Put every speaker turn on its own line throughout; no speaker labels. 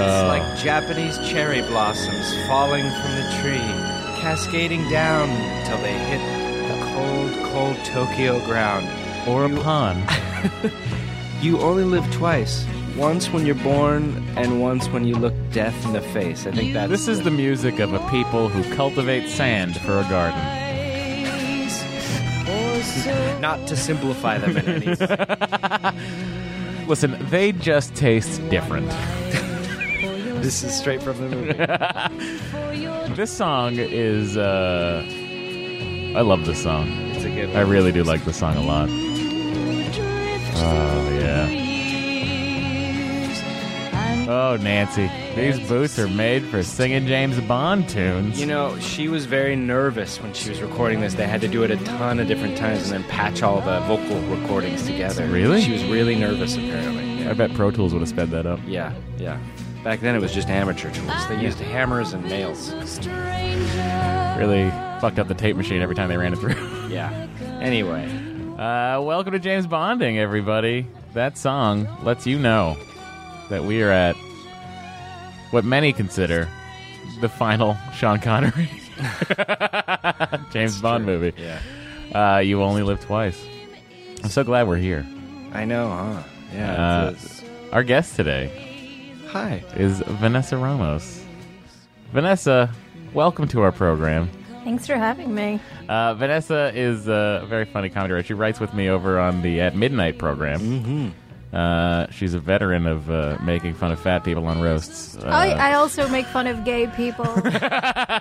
It's like Japanese cherry blossoms falling from the tree, cascading down until they hit the cold, cold Tokyo ground.
or a pond.
You only live twice. Once when you're born, and once when you look death in the face. I think that's.
This is the music of a people who cultivate sand for a garden.
Not to simplify them in any
Listen, they just taste different.
This is straight from the movie.
This song is. Uh, I love this song.
It's a good
I really do like this song a lot. Oh, yeah. Oh, Nancy. These boots are made for singing James Bond tunes.
You know, she was very nervous when she was recording this. They had to do it a ton of different times and then patch all the vocal recordings together.
Really?
She was really nervous, apparently.
I
Yeah,
bet Pro Tools would have sped that up.
yeah. yeah. Back then, it was just amateur tools. They used hammers and nails.
Really fucked up the tape machine every time they ran it through.
Yeah. Anyway,
Uh, welcome to James Bonding, everybody. That song lets you know that we are at what many consider the final Sean Connery James Bond movie.
yeah.
Uh, you only live twice. I'm so glad we're here.
I know, huh? Yeah.
Uh,
it's-
Our guest today
hi.
is Vanessa Ramos. Vanessa, welcome to our program.
Thanks for having me.
Uh, Vanessa is a very funny comedy writer. She writes with me over on the At Midnight program. Mm-hmm. Uh, she's a veteran of uh, making fun of fat people on roasts. Uh,
I, I also make fun of gay people, people,
How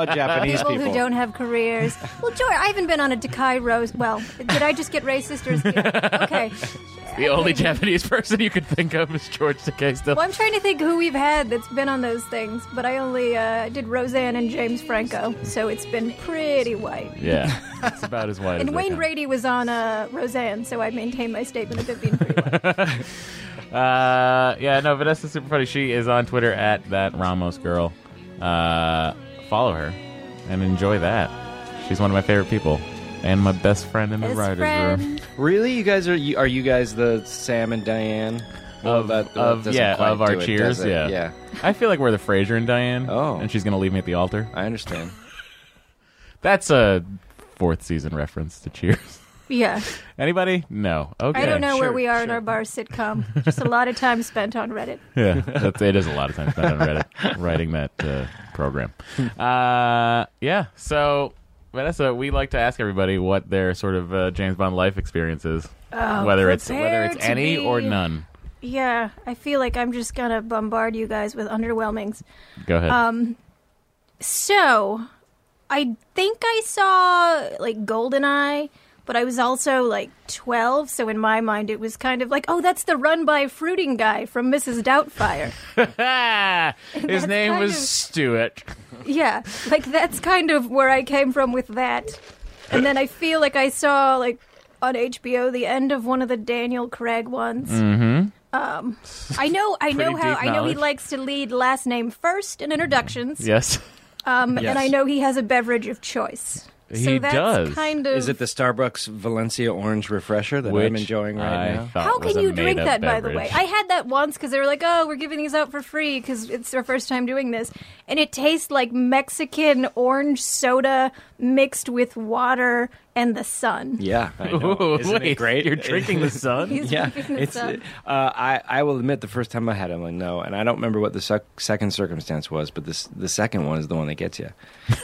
about Japanese people?
who don't have careers. Well, George, I haven't been on a Takai roast. Well, did I just get racist or is yeah. okay?
the only Japanese person you could think of is George Takei still.
Well, I'm trying to think who we've had that's been on those things, but I only uh, did Roseanne and James Franco, so it's been pretty white.
Yeah, it's about as wide as
And
they
Wayne
come.
Brady was on uh, Roseanne, so I maintain my statement of it being pretty white.
Uh, yeah, no, Vanessa's super funny. She is on Twitter at that Ramos girl. Uh, follow her and enjoy that. She's one of my favorite people and my best friend in the
His
writers' room.
friend,
Really? You guys are you, are you guys the Sam and Diane? Well,
of,
Oh, that- that
of
doesn't
yeah
quite
of our
do it,
cheers
does it?
yeah
Yeah.
I feel like we're the Fraser and Diane
Oh.
and she's gonna leave me at the altar
I understand.
that's a fourth season reference to Cheers
yeah.
anybody no okay
I don't know where
sure,
we are in our bar sitcom. Just a lot of time spent on Reddit.
yeah that's, it is a lot of time spent on Reddit writing that uh, program uh, yeah so Vanessa we like to ask everybody what their sort of uh, James Bond life experience is whether it's whether
Oh, prepare
it's
to
any or
be-
none
Yeah, I feel like I'm just gonna bombard you guys with underwhelmings.
go ahead
um, So, I think I saw like Goldeneye, but I was also like 12, so in my mind it was kind of like, oh, that's the run by fruiting guy from Mrs. Doubtfire.
his name
kind
was
of-
Stuart
yeah, like that's kind of where I came from with that. And then I feel like I saw like on HBO the end of one of the Daniel Craig ones. Mm-hmm. Um, I know, I know
Pretty
how
deep
I know he
knowledge.
likes to lead last name first in introductions.
yes
Um,
Yes.
And I know he has a beverage of choice.
He
so that's
does.
Kind of.
Is it the Starbucks Valencia Orange Refresher that
which
I'm enjoying right
I
now?
thought
How
was
can
a
you drink
made-up
that, by the way?
beverage.
I had that once because they were like, "Oh, we're giving these out for free because it's our first time doing this," and it tastes like Mexican orange soda mixed with water and the sun.
Yeah, I know.
Ooh,
Isn't
wait,
it great?
You're drinking the sun.
He's
yeah,
drinking the
it's. Uh,
sun.
I I will admit the first time I had it, I'm like no, and I don't remember what the sec- second circumstance was, but this the second one is the one that gets you.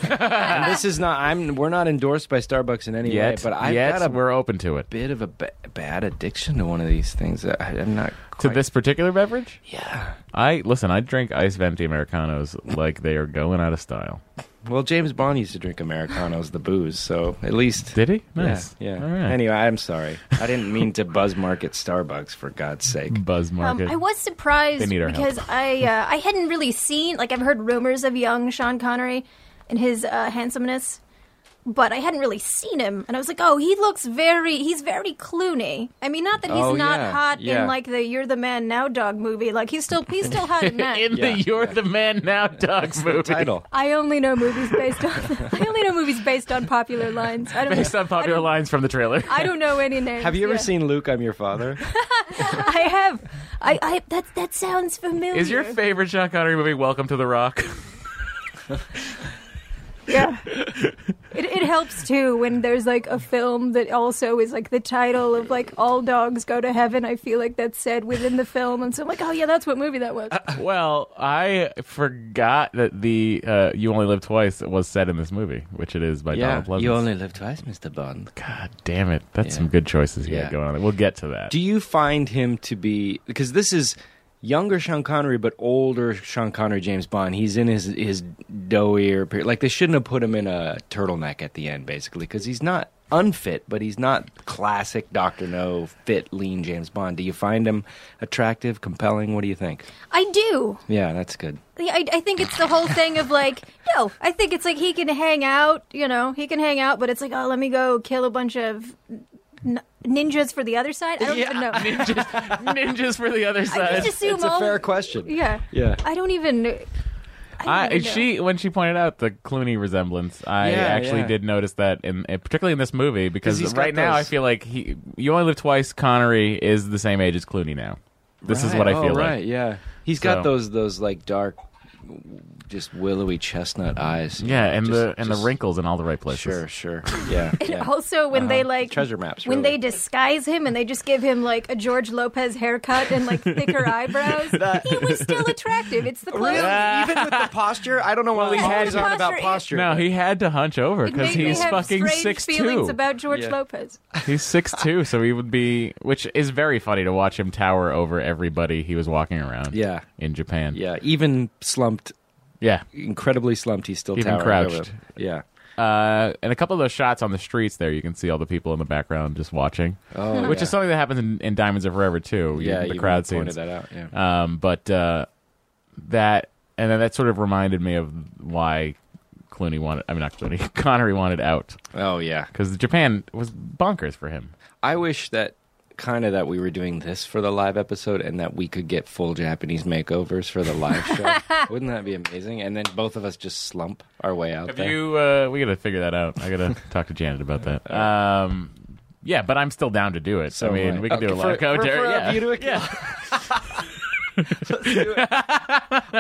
and this is not. I'm. We're not endorsed by Starbucks in any way,
Yet,
but I've
yet
got a
we're open to it.
bit of a ba- bad addiction to one of these things. That I, I'm not
To
quite,
this particular beverage,
Yeah.
I listen. I drink ice venti americanos like they are going out of style.
Well, James Bond used to drink americanos, the booze. So at least
Did he?
Yeah,
Nice.
Yeah.
All right.
Anyway, I'm sorry. I didn't mean to buzz market Starbucks for God's sake.
Buzz
Um,
market.
I was surprised
They need our help.
because I uh, I hadn't really seen like I've heard rumors of young Sean Connery and his uh, handsomeness, but I hadn't really seen him, and I was like, oh, he looks very he's very Clooney. I mean, not that he's
Oh,
not
yeah,
hot
yeah.
in like the You're the Man Now Dog movie. Like he's still he's still hot in that.
in
Yeah.
the "You're the Man Now" Doug movie.
Title.
I only know movies based on I only know movies based on popular lines. I don't
Based
know,
on popular lines from the trailer.
I don't know any names.
Have you ever
yeah.
seen Luke? I'm your father.
I have. I, I that that sounds familiar.
Is your favorite Sean Connery movie Welcome to the Rock?
Yeah. It, it helps too when there's like a film that also is like the title of like All Dogs Go to Heaven. I feel like that's said within the film. And so I'm like, oh yeah, that's what movie that was.
well, I forgot that the uh, "You Only Live Twice" was set in this movie, which it is by Donald Pleasance.
live twice, Mr. Bond.
God damn it! That's
Yeah.
some good choices you got
Yeah.
going on. there. We'll get to that.
Do you find him to be because this is younger Sean Connery, but older Sean Connery James Bond? He's in his his doughier period. Like they shouldn't have put him in a turtleneck at the end, basically, because he's not unfit, but he's not classic Doctor No fit lean James Bond. Do you find him attractive, compelling? What do you think?
I do.
Yeah, that's good.
Yeah, I, I think it's the whole thing of like, no, I think it's like he can hang out, you know, he can hang out, but it's like, oh, let me go kill a bunch of n- ninjas for the other side. I don't even know.
ninjas, ninjas for the other
I
side.
just assume
It's a
all-
fair question.
Yeah.
Yeah.
I don't even. I don't
I,
even know.
she when she pointed out the Clooney resemblance, I
Yeah,
actually
yeah.
did notice that, in eh, particularly in this movie, because
'Cause he's got
right now I
those-
feel like he, you only live twice. Connery is the same age as Clooney now. This is
Right.
what I
Oh,
feel
right.
like.
Yeah, he's
So-
got those those like dark, just willowy chestnut eyes.
Yeah, and
Just-
the and
just-
the wrinkles in all the right places.
Sure, sure. Yeah. yeah.
Also, when they like
Treasure maps,
when
really.
they disguise him and they just give him like a George Lopez haircut and like thicker eyebrows, he was still attractive. It's the clothes.
Even with the posture, I don't know what
Well,
he's
yeah,
always on
posture
about
is-
posture.
No, he had to hunch over
It
because
made me
he's
have
fucking
strange
six
feelings
two.
about George
Yeah.
Lopez.
he's six two, so he would be, which is very funny to watch him tower over everybody he was walking around.
Yeah.
in Japan.
Yeah, even slumped,
yeah.
incredibly slumped, he's still
Even
towering
crouched.
over him. Yeah.
Uh, and a couple of those shots on the streets there, you can see all the people in the background just watching,
Oh,
which
yeah.
is something that happens in, in Diamonds Are Forever too. You-
Yeah,
the
you
crowd
pointed
scenes.
that out. Yeah.
Um, but uh, that and then that sort of reminded me of why Clooney wanted. I mean, not Clooney. Connery wanted out
oh yeah.
because Japan was bonkers for him.
I wish that kind of that we were doing this for the live episode and that we could get full Japanese makeovers for the live show. Wouldn't that be amazing? And then both of us just slump our way out
Have
there.
you? Uh, we gotta figure that out. I gotta talk to Janet about that. Um, yeah, but I'm still down to do it.
So
I mean,
am I.
we can do a
Okay,
lot
for-
of commentary.
for- for
yeah.
you to account. Let's do it.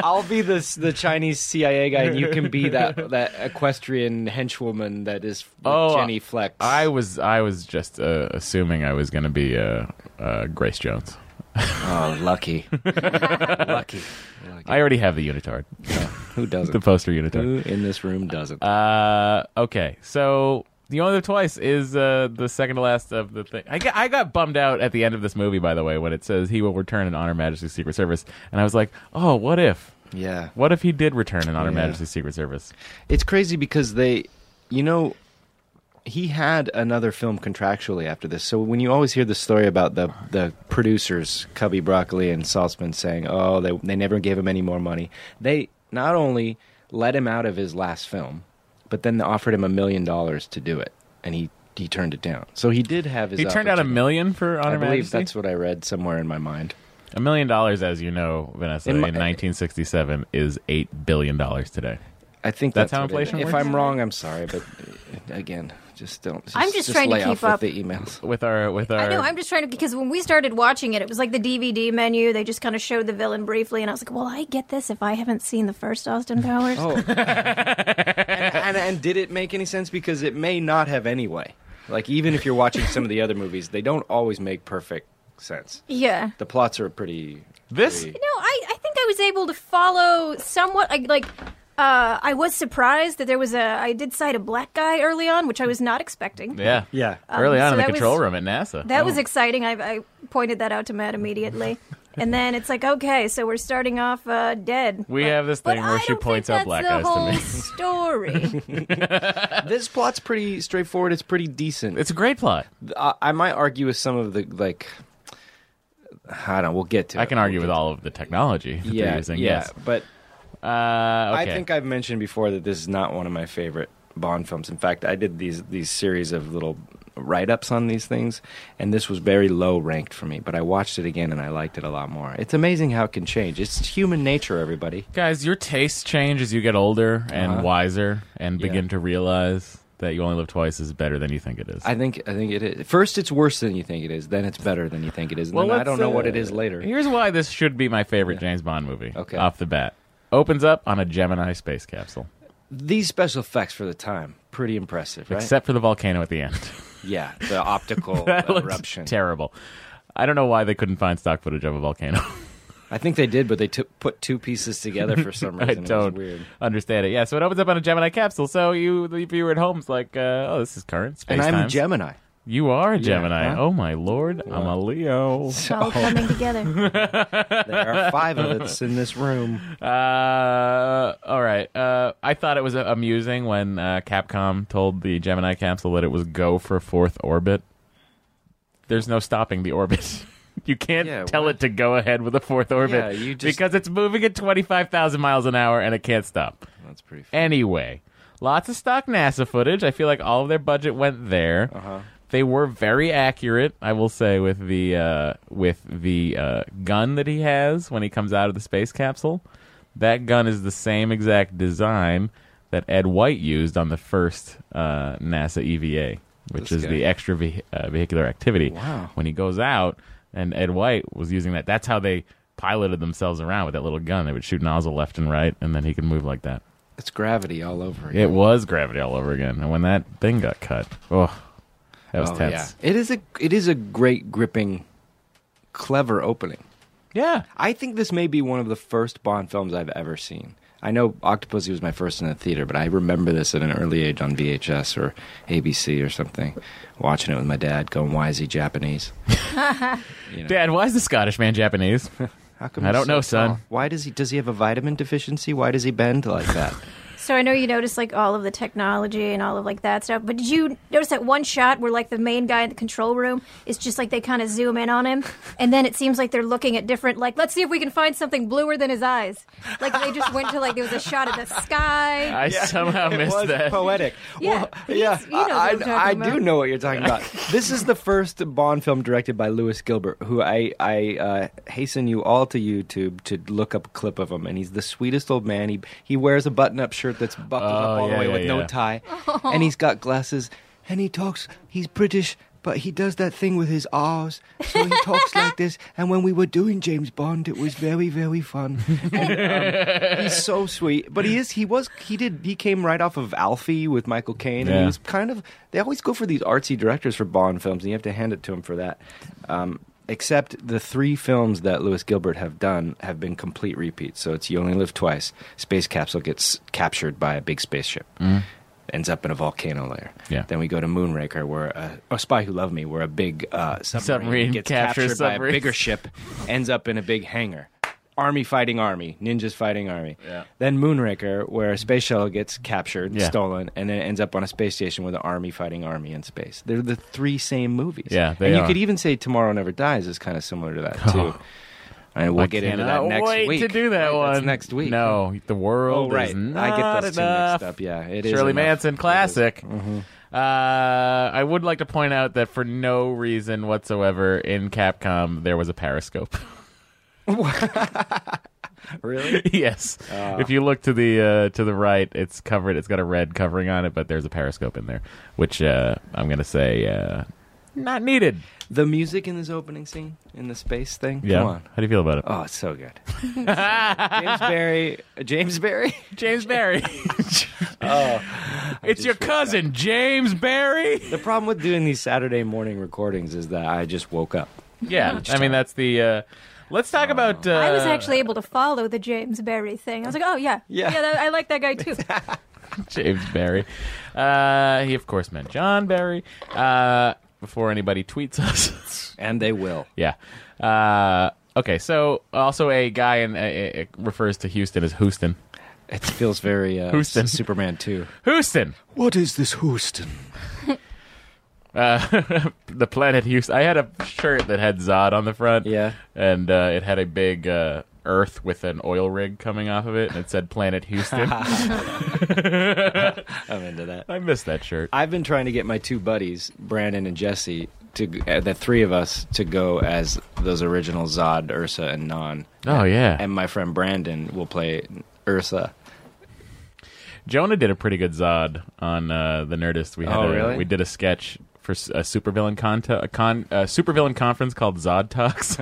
I'll be this the Chinese CIA guy, and you can be that that equestrian henchwoman that is with
Oh,
Jenny Flex.
I was I was just uh, assuming I was going to be uh, uh, Grace Jones.
oh, lucky, lucky.
I already have the unitard,
Who doesn't?
the poster unitard.
Who in this room doesn't?
Uh, okay, so the only live twice is uh, the second to last of the thing. I got, I got bummed out at the end of this movie, by the way, when it says he will return and honor Majesty's Secret Service, and I was like, oh, what if?
yeah,
What if he did return and honor
Yeah.
Majesty's Secret Service?
it's crazy because they, you know. He had another film contractually after this, so when you always hear the story about the the producers Cubby Broccoli and Saltzman saying, "Oh, they they never gave him any more money," they not only let him out of his last film, but then they offered him a million dollars to do it, and he he turned it down. So he did have his.
He turned out a
opportunity.
million for
I
honor
believe
Majesty.
that's what I read somewhere in my mind.
A million dollars, as you know, Vanessa, in,
In my-
1967 is eight billion dollars today.
I think
That's
that's,
how
what it
inflation
is. If
works?
I'm wrong, I'm sorry, but uh, again, just don't. Just,
I'm just trying to
lay
keep
off with
up.
the emails.
with our with our
I know. I'm just trying to because when we started watching it, it was like the DVD menu. They just kind of showed the villain briefly, and I was like, "Well, I get this if I haven't seen the first Austin Powers."
Oh, and, and and did it make any sense? Because it may not have anyway. Like even if you're watching some of the other movies, they don't always make perfect sense.
Yeah.
The plots are pretty.
This-
pretty-
No, I, I think I was able to follow somewhat. I, like, uh, I was surprised that there was a. I did sight a black guy early on, which I was not expecting.
yeah
Yeah.
early on
Um,
in
so
the
that was-
control room at NASA.
That was exciting. I, I pointed that out to Matt immediately. and then it's like, okay, so we're starting off uh, dead.
We have this
But
thing where
I
she
don't
points
think
out black
that's
guys to me.
the whole story.
this plot's pretty straightforward. It's pretty decent.
it's a great plot.
I, I might argue with some of the like. I don't. know. We'll get to.
I
it.
can argue with all of the technology that
Yeah,
they're using.
yeah,
Yes.
but
Uh,
I
okay.
think I've mentioned before that this is not one of my favorite Bond films. In fact, I did these these series of little write ups on these things, and this was very low ranked for me. But I watched it again, and I liked it a lot more. It's amazing how it can change. It's human nature, everybody.
Guys, your tastes change as you get older and
Uh-huh.
wiser and begin to realize that you only live twice is better than you think it is.
I think I think it is. First, it's worse than you think it is. Then it's better than you think it is. And then I
let's,
don't know what it
uh,
is later.
Here's why this should be my favorite James Bond movie.
Okay.
Off the bat. Opens up on a Gemini space capsule.
These special effects for the time, pretty impressive, right?
Except for the volcano at the end.
yeah, the optical
that looks
eruption.
terrible. I don't know why they couldn't find stock footage of a volcano.
I think they did, but they took put two pieces together for some reason.
I
It was
don't
weird.
understand it. Yeah, so it opens up on a Gemini capsule. So you, if you were at home, it's like, uh, oh, this is current space
And I'm
times.
Gemini.
You are a Gemini.
huh?
Oh my lord, I'm a Leo.
It's all coming together.
There are five of us in this room.
Uh, all right. Uh, I thought it was uh, amusing when uh, Capcom told the Gemini capsule that it was go for fourth orbit. There's no stopping the orbit. You can't
Yeah,
tell
what?
it to go ahead with a fourth orbit
Yeah, you just-
because it's moving at 25,000 miles an hour and it can't stop.
That's pretty. Funny.
Anyway, lots of stock NASA footage. I feel like all of their budget went there.
Uh-huh.
They were very accurate, I will say, with the uh, with the uh, gun that he has when he comes out of the space capsule. That gun is the same exact design that Ed White used on the first uh, NASA EVA, which
This
is
guy.
the extra ve- uh, vehicular activity.
Wow.
When he goes out, and Ed White was using that. That's how they piloted themselves around with that little gun. They would shoot nozzle left and right, and then he could move like that.
It's gravity all over again.
It was gravity all over again, and when that thing got cut, oh, that was
Oh,
tense.
yeah. It is a it is a great gripping, clever opening.
Yeah.
I think this may be one of the first Bond films I've ever seen. I know Octopussy was my first in the theater, but I remember this at an early age on VHS or ABC or something, watching it with my dad, going, "Why is he Japanese? You know,
Dad, why is the Scottish man Japanese?
how come
I
he's
don't know,
tall?
son."
Why does he does he have a vitamin deficiency? Why does he bend like that?"
So I know you noticed like all of the technology and all of like that stuff, but did you notice that one shot where like the main guy in the control room is just like they kind of zoom in on him, and then it seems like they're looking at different like let's see if we can find something bluer than his eyes. Like they just went to like there was a shot of the sky.
I somehow missed
was
that.
poetic.
Yeah,
well,
he's-
yeah.
he knows what
I,
I'm talking
I
about.
do know what you're talking about. this is the first Bond film directed by Lewis Gilbert, who I I uh, hasten you all to YouTube to look up a clip of him, and he's the sweetest old man. He he wears a button-up shirt that's buckled up
Oh,
all
yeah,
the way
yeah,
with
yeah.
no tie, and he's got glasses, and he talks. He's British. But he does that thing with his R's, so he talks like this. And when we were doing James Bond, it was very, very fun. He's so sweet, but he is. He was. He did. He came right off of Alfie with Michael Caine, and
Yeah.
he was kind of. They always go for these artsy directors for Bond films, and you have to hand it to him for that. Um, except the three films that Lewis Gilbert have done have been complete repeats. So it's You Only Live Twice. Space capsule gets captured by a big spaceship. Ends up in a volcano layer.
Mm. Yeah.
Then we go to Moonraker, where uh, or Spy Who Loved Me, where a big uh, submarine,
Submarine
gets
captures
captured by a
submarines.
bigger ship, ends up in a big hangar. Army fighting army, ninjas fighting army. Then Moonraker, where a space shuttle gets captured,
Yeah.
stolen, and then it ends up on a space station with an army fighting army in space. They're the three same movies.
Yeah, they
and you
are. Oh.
could even say Tomorrow Never Dies is kind of similar to that too. And we'll
I
get into that
cannot
next
wait
week.
to do that
Right,
one
that's next week.
No, the
Oh,
world
right.
is not
I get those two
enough.
mixed up. Yeah, it is.
Shirley
enough.
Manson,
It is.
classic.
Mm-hmm.
Uh, I would like to point out that for no reason whatsoever in Capcom there was a periscope.
really?
yes. if you look to the uh, to the right, it's covered. It's got a red covering on it, but there's a periscope in there, which uh, I'm gonna say uh, not needed.
The music in this opening scene, in the space thing.
Yeah.
Come on.
How do you feel about it?
Oh, it's so good. James Barry. James Barry.
James Barry. it's your cousin, James Barry.
The problem with doing these Saturday morning recordings is that I just woke up.
Yeah, I mean that's the. Uh, let's talk about. Uh,
I was actually able to follow the James Barry thing. I was like, oh yeah,
Yeah.
yeah, that, I like that guy too.
James Barry. Uh, he of course meant John Barry. Uh, before anybody tweets us.
And they will.
Yeah. Uh, okay. So also a guy in uh, it refers to Houston as Houston.
It feels very uh,
Houston.
Superman 2.
Houston,
What is this Houston?
Uh, the planet Houston. I had a shirt that had Zod on the front.
Yeah.
And uh, it had a big uh, Earth with an oil rig coming off of it, and it said Planet Houston.
I'm into that.
I missed that shirt.
I've been trying to get my two buddies, Brandon and Jesse, to uh, the three of us to go as those original Zod, Ursa, and Non.
Oh yeah.
And my friend Brandon will play Ursa.
Jonah did a pretty good Zod on uh, the Nerdist. We had
Oh,
a,
really?
we did a sketch for s- a supervillain con a con a supervillain conference called Zod Talks.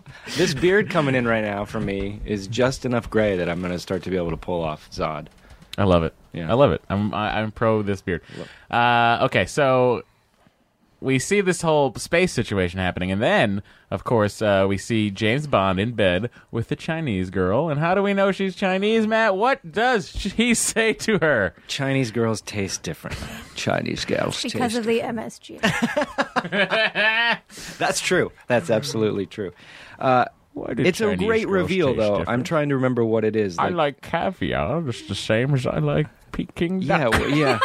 This beard coming in right now for me is just enough gray that I'm going to start to be able to pull off Zod.
I love it.
Yeah.
I love it. I'm I, I'm pro this beard. Uh, okay, so we see this whole space situation happening, and then of course uh, we see James Bond in bed with the Chinese girl. And how do we know she's Chinese, Matt? What does he say to her?
Chinese girls taste different. Chinese girls
Because
taste
of the MSG.
That's true. That's absolutely true. Uh,
do
it's a
Chinese
great
girls
reveal,
taste
though. I'm
different?
trying to remember what it is.
I like caviar just the same as I like Peking duck.
yeah, w- yeah,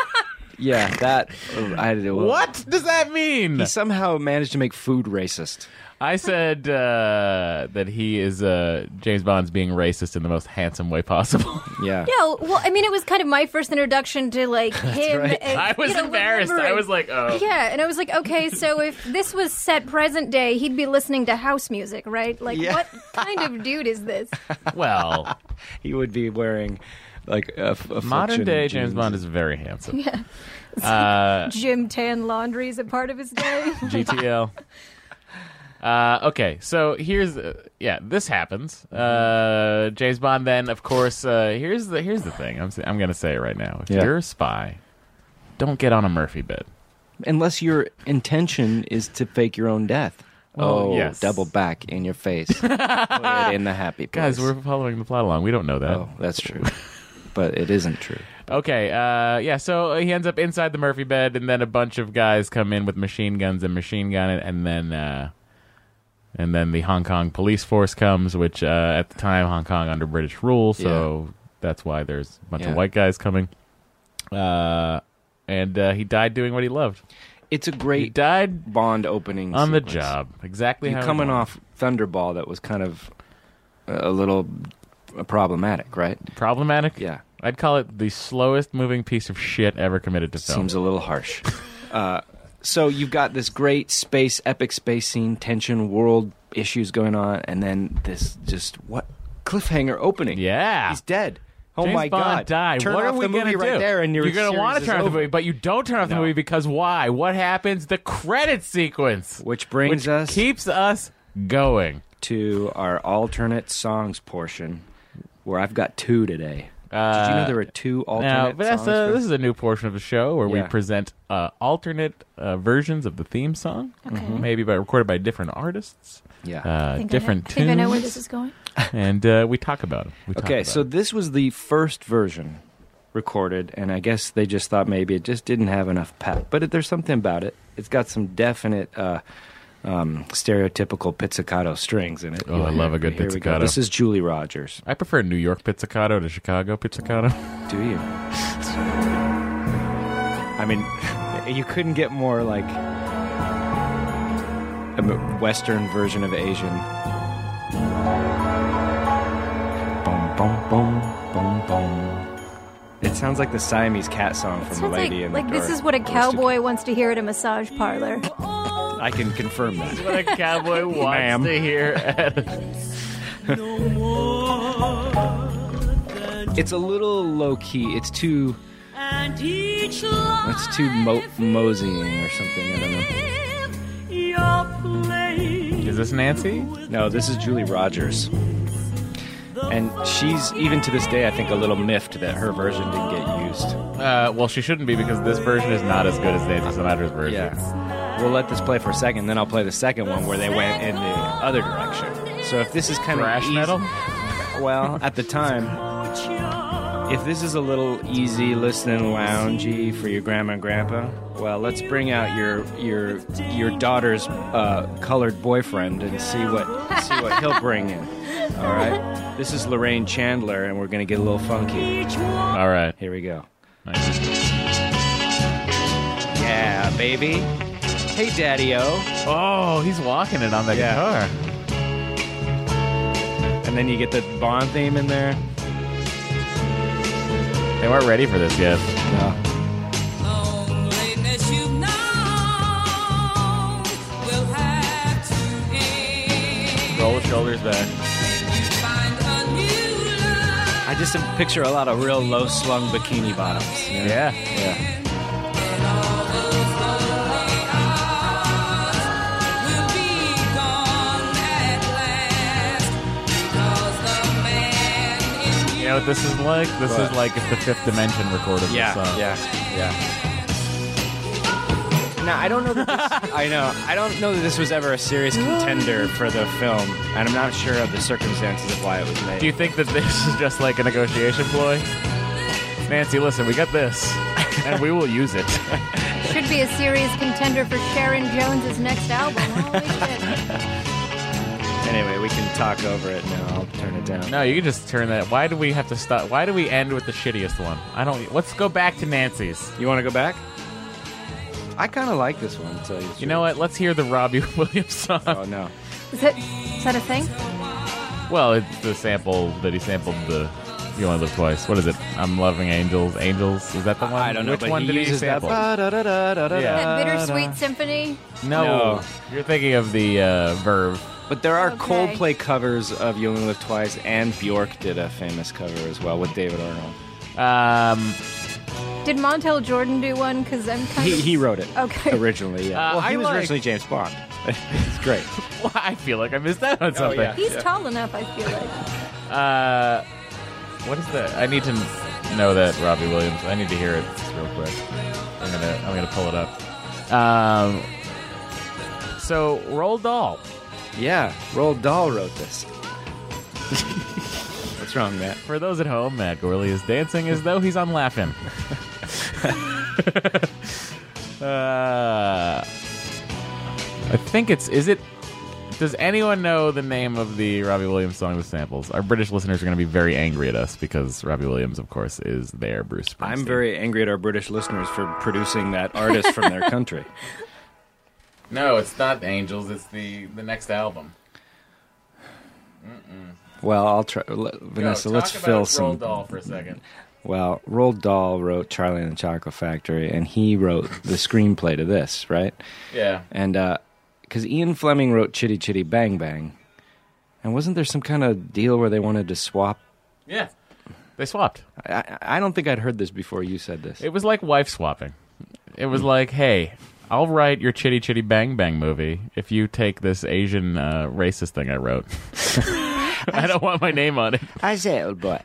yeah. That I
What does that mean?
He somehow managed to make food racist.
I said uh, that he is uh, James Bond's being racist in the most handsome way possible.
Yeah.
no, well, I mean, it was kind of my first introduction to like him.
right.
and,
I was
you know,
embarrassed. I
remembering-
was like, oh.
Yeah, and I was like, okay, so if this was set present day, he'd be listening to house music, right? Like,
Yeah.
what kind of dude is this?
Well,
He would be wearing like a, f- a
modern
fliction
day
jeans.
James Bond is very handsome.
Jim Tan Laundry is a part of his day.
GTL. Uh, okay, so here's uh, yeah, this happens.
Mm-hmm.
Uh, James Bond. Then, of course, uh, here's the here's the thing. I'm s- I'm gonna say it right now. If
Yeah.
you're a spy, don't get on a Murphy bed.
Unless your intention is to fake your own death. oh,
yes.
double back in your face. Put it in the happy place.
Guys, we're following the plot along. We don't know that.
Oh, that's true. but it isn't true.
Okay, uh, yeah, so he ends up inside the Murphy bed, and then a bunch of guys come in with machine guns and machine gun it, and then, uh, and then the Hong Kong police force comes, which uh, at the time Hong Kong under British rule, so that's why there's a bunch
Yeah.
of white guys coming. Uh, and uh, he died doing what he loved.
It's a
He
great
died
Bond opening.
on the
sequence.
job, exactly.
You're
how he
coming
wanted.
off Thunderball that was kind of uh, a little uh, problematic, right?
problematic.
Yeah.
I'd call it the slowest moving piece of shit ever committed to film.
Seems a little harsh. uh, so you've got this great space, epic space scene, tension, world issues going on, and then this just what cliffhanger opening.
yeah,
he's dead. Oh
James
my
Bond
god!
Died.
Turn
what
off
are we
the movie
gonna
right
do?
there, and your
you're gonna
series
want to
is
turn off the
over.
movie, but you don't turn off the
No.
movie because why? What happens? The credit sequence,
Which brings
Which
us-
keeps us going.
to our alternate songs portion, where I've got two today. Did
Uh,
you know there were two
Now,
alternate songs?
Vanessa,
for-
this is a new portion of the show where we
Yeah.
present uh, alternate uh, versions of the theme song, maybe by recorded by different artists,
Mm-hmm. yeah.
uh, different
Mm-hmm. I think I know where
tunes,
this is going.
and uh, we talk about it. We talk
Okay,
about
so
it.
this was the first version recorded, and I guess they just thought maybe it just didn't have enough pep. But it, there's something about it. It's got some definite uh, um, stereotypical pizzicato strings in it.
Oh, I
You'll
love
hear-
a good
here we go.
pizzicato.
This is Julie Rogers.
I prefer New York pizzicato to Chicago pizzicato.
Do you? I mean, you couldn't get more like a m- Western version of Asian. Boom, boom, boom, boom, boom. It sounds like the Siamese cat song
It
from
sounds
Lady
like,
in
like
the
this
Dark.
is what a
Roasted-
cowboy wants to hear at a massage parlor.
I can confirm that.
what a cowboy wants
Ma'am.
to hear.
It's a little low key. It's too. It's too mo- moseying or something. I don't know.
Is this Nancy?
No, this is Julie Rogers. And she's, even to this day, I think a little miffed that her version didn't get used.
Uh, well, she shouldn't be because this version is not as good as Nancy Sinatra's version.
Yeah. We'll let this play for a second, then I'll play the second one where they went in the other direction. So if this is kind
Thrash
of easy,
metal?
well, at the time, if this is a little easy listening loungy for your grandma and grandpa, well, let's bring out your your your daughter's uh, colored boyfriend and see what see what he'll bring in. All right. This is Lorraine Chandler, and we're gonna get a little funky.
All right.
Here we go.
Nice.
Yeah, baby. Hey, Daddy-O.
Oh, he's walking it on the
Yeah.
guitar.
And then you get the Bond theme in there.
They weren't ready for this yet.
Uh,
Roll the shoulders back.
I just picture a lot of real low slung bikini bottoms. you know?
Yeah.
Yeah.
You know what this is like? This is
What?
like if the Fifth Dimension recorded this
Yeah.
song.
Yeah. Yeah. Now I don't know. That this, I know. I don't know that this was ever a serious contender for the film, and I'm not sure of the circumstances of why it was made.
Do you think that this is just like a negotiation ploy? Nancy, listen, we got this, and we will use it.
Should be a serious contender for Sharon Jones's next album. Holy shit.
anyway, we can talk over it now. I'll turn it down.
No, you can just turn that. Why do we have to stop? Why do we end with the shittiest one? I don't. Let's go back to Nancy's.
You want to go back? I kind of like this one. to Tell you, the
You know
truth.
what? Let's hear the Robbie Williams song.
Oh no.
Is that, is that a thing?
Well, it's the sample that he sampled the. You only live twice. What is it? I'm loving angels. Angels. Is that the one?
I don't know.
Which
but
one
he
did he
uses that.
sample?
Ba-da-da-da-da-da-da.
That bittersweet symphony?
No.
No.
you're thinking of the uh, Verve.
But there are
Okay.
Coldplay covers of "You Only Live Twice," and Bjork did a famous cover as well with David Arnold.
Um,
Did Montel Jordan do one? Because I'm kind
He,
of.
he wrote it
Okay.
originally. Yeah,
Uh,
well, he
I
was
like-
originally James Bond. it's great.
well, I feel like I missed out on something.
yeah.
He's tall enough, I feel like.
Uh, what is that? I need to know that Robbie Williams. I need to hear it just real quick. I'm gonna I'm gonna pull it up. Um, so Roll Doll.
Yeah, Roald Dahl wrote this. What's wrong, Matt?
For those at home, Matt Gorley is dancing as though he's on laughing. uh, I think it's is it. Does anyone know the name of the Robbie Williams song with samples? Our British listeners are going to be very angry at us because Robbie Williams, of course, is their Bruce Springsteen.
I'm very angry at our British listeners for producing that artist from their country.
No, it's not Angels. It's the the next album.
Well, I'll try. Let, Vanessa,
Go,
let's
talk
fill
about Roald
some.
Dahl for a second.
Well, Roald Dahl wrote Charlie and the Chocolate Factory, and he wrote the screenplay to this, right?
Yeah.
And because Ian Fleming wrote Chitty Chitty Bang Bang, and wasn't there some kind of deal where they wanted to swap?
Yeah. They swapped.
I, I- I don't think I'd heard this before you said this.
It was like wife swapping. It was like, hey, I'll write your Chitty Chitty Bang Bang movie if you take this Asian uh, racist thing I wrote. I don't want my name on it.
I say, old boy,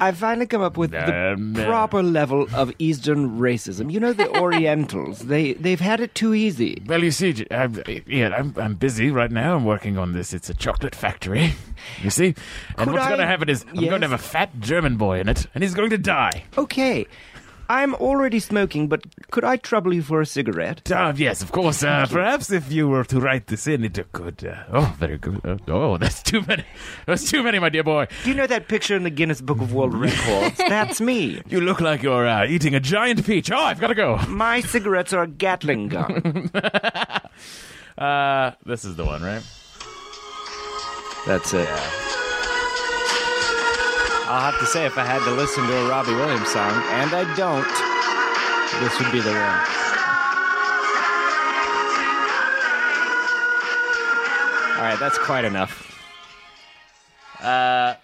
I finally come up with
Um,
the
uh,
proper level of Eastern racism. You know, the Orientals, they, they've had it too easy.
Well, you see, J- I'm, yeah, I'm, I'm busy right now. I'm working on this. It's a chocolate factory. You see? And
Could
what's
I-
going to happen is I'm going
Yes?
to have a fat German boy in it, and he's going to die.
Okay, I'm already smoking, but could I trouble you for a cigarette?
Uh, yes, of course. Uh, perhaps if you were to write this in, it could. Uh, oh, very good. Uh, oh, that's too many. That's too many, my dear boy.
Do you know that picture in the Guinness Book of World Records? That's me.
You look like you're uh, eating a giant peach. Oh, I've got to go.
My cigarettes are a Gatling gun.
Uh, this is the one, right?
That's it. I'll have to say, if I had to listen to a Robbie Williams song, and I don't, this would be the one. All right, that's quite enough.
Yeah,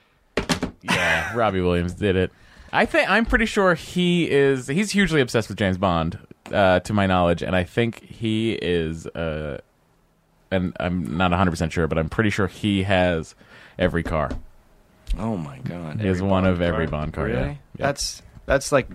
Robbie Williams did it. I think I'm pretty sure he is. He's hugely obsessed with James Bond, uh, to my knowledge, and I think he is. Uh, and I'm not 100 percent sure, but I'm pretty sure he has every car.
Oh my god!
He has
every
one
Bond
of every Bond card, yeah.
Really?
Yeah.
That's that's like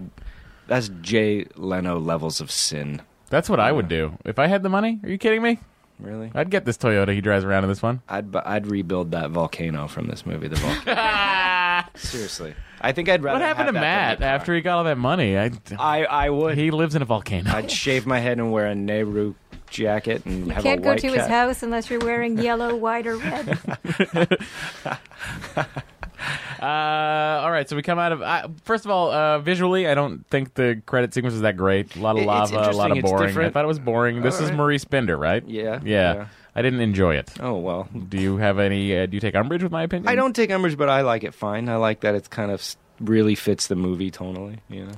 that's Jay Leno levels of sin.
That's what I would do if I had the money. Are you kidding me?
Really?
I'd get this Toyota he drives around in this one.
I'd bu- I'd rebuild that volcano from this movie. The volcano. Seriously, I think I'd rather.
What
have
happened to
that
Matt
than my
after he got all that money? I,
car. I I would.
he lives in a volcano.
I'd shave my head and wear a Nehru jacket and have
Can't
a
go
white
to
cap.
his house unless you're wearing yellow, white, or red.
Uh, all right, so we come out of. Uh, first of all, uh, visually, I don't think the credit sequence is that great. A lot
It-
of
it's
lava, a lot
interesting,
of
it's
boring. I
different.
thought it was boring. This is
right.
Marie Spender, right?
Yeah,
yeah.
yeah.
I didn't enjoy it.
Oh well,
Do you have any? Uh, do you take umbrage with my opinion?
I don't take umbrage, but I like it fine. I like that it's kind of s- really fits the movie tonally, you know.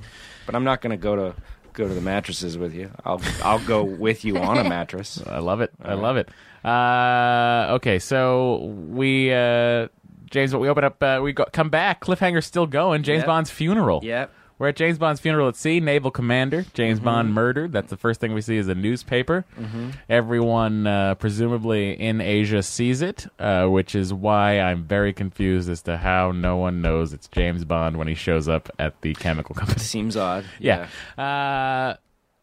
But I'm not gonna go to go to the mattresses with you. I'll I'll go with you on a mattress.
I love it. I love it. Uh, okay, so we. Uh, James, we open up. Uh, we go, come back. Cliffhanger's still going. James
Yep.
Bond's funeral.
Yep.
We're at James Bond's funeral at sea. Naval commander James
Mm-hmm.
Bond murdered. That's the first thing we see is a newspaper. Everyone, uh, presumably in Asia, sees it, uh, which is why I'm very confused as to how no one knows it's James Bond when he shows up at the chemical company.
Seems odd.
Yeah. Uh,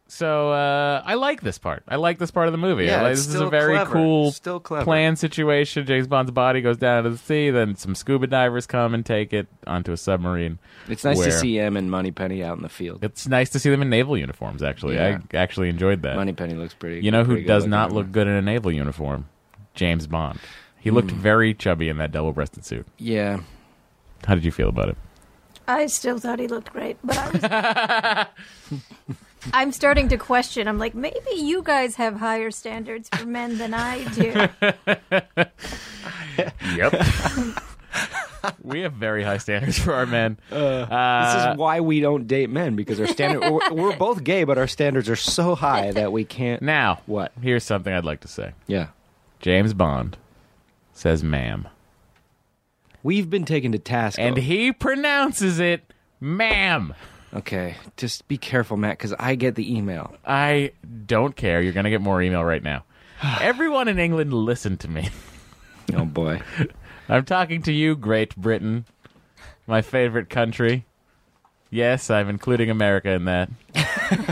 so uh, I like this part. I like this part of the movie.
Yeah,
I like-
it's
this is
still
a very
clever.
cool
Still clever.
plan situation. James Bond's body goes down to the sea. Then some scuba divers come and take it onto a submarine.
It's nice
where-
to see M and Moneypenny out in the field.
It's nice to see them in naval uniforms. Actually,
Yeah.
I actually enjoyed that.
Moneypenny looks pretty.
you know who
pretty good
does
looking.
not look good in a naval uniform? James Bond.
Hmm.
He looked very chubby in that double-breasted suit.
Yeah.
How did you feel about it?
I still thought he looked great, but I was. I'm starting to question. I'm like, maybe you guys have higher standards for men than I do.
Yep. we have very high standards for our men.
This
Uh,
is why we don't date men because our standard. we're, we're both gay, but our standards are so high that we can't.
Now,
What?
Here's something I'd like to say.
Yeah.
James Bond says "ma'am,"
We've been taken to task.
and he pronounces it "ma'am."
Oh, okay, just be careful, Matt, because I get the email.
I don't care. You're gonna get more email right now. Everyone in England, listen to me.
Oh boy.
I'm talking to you, Great Britain, my favorite country. Yes, I'm including America in that.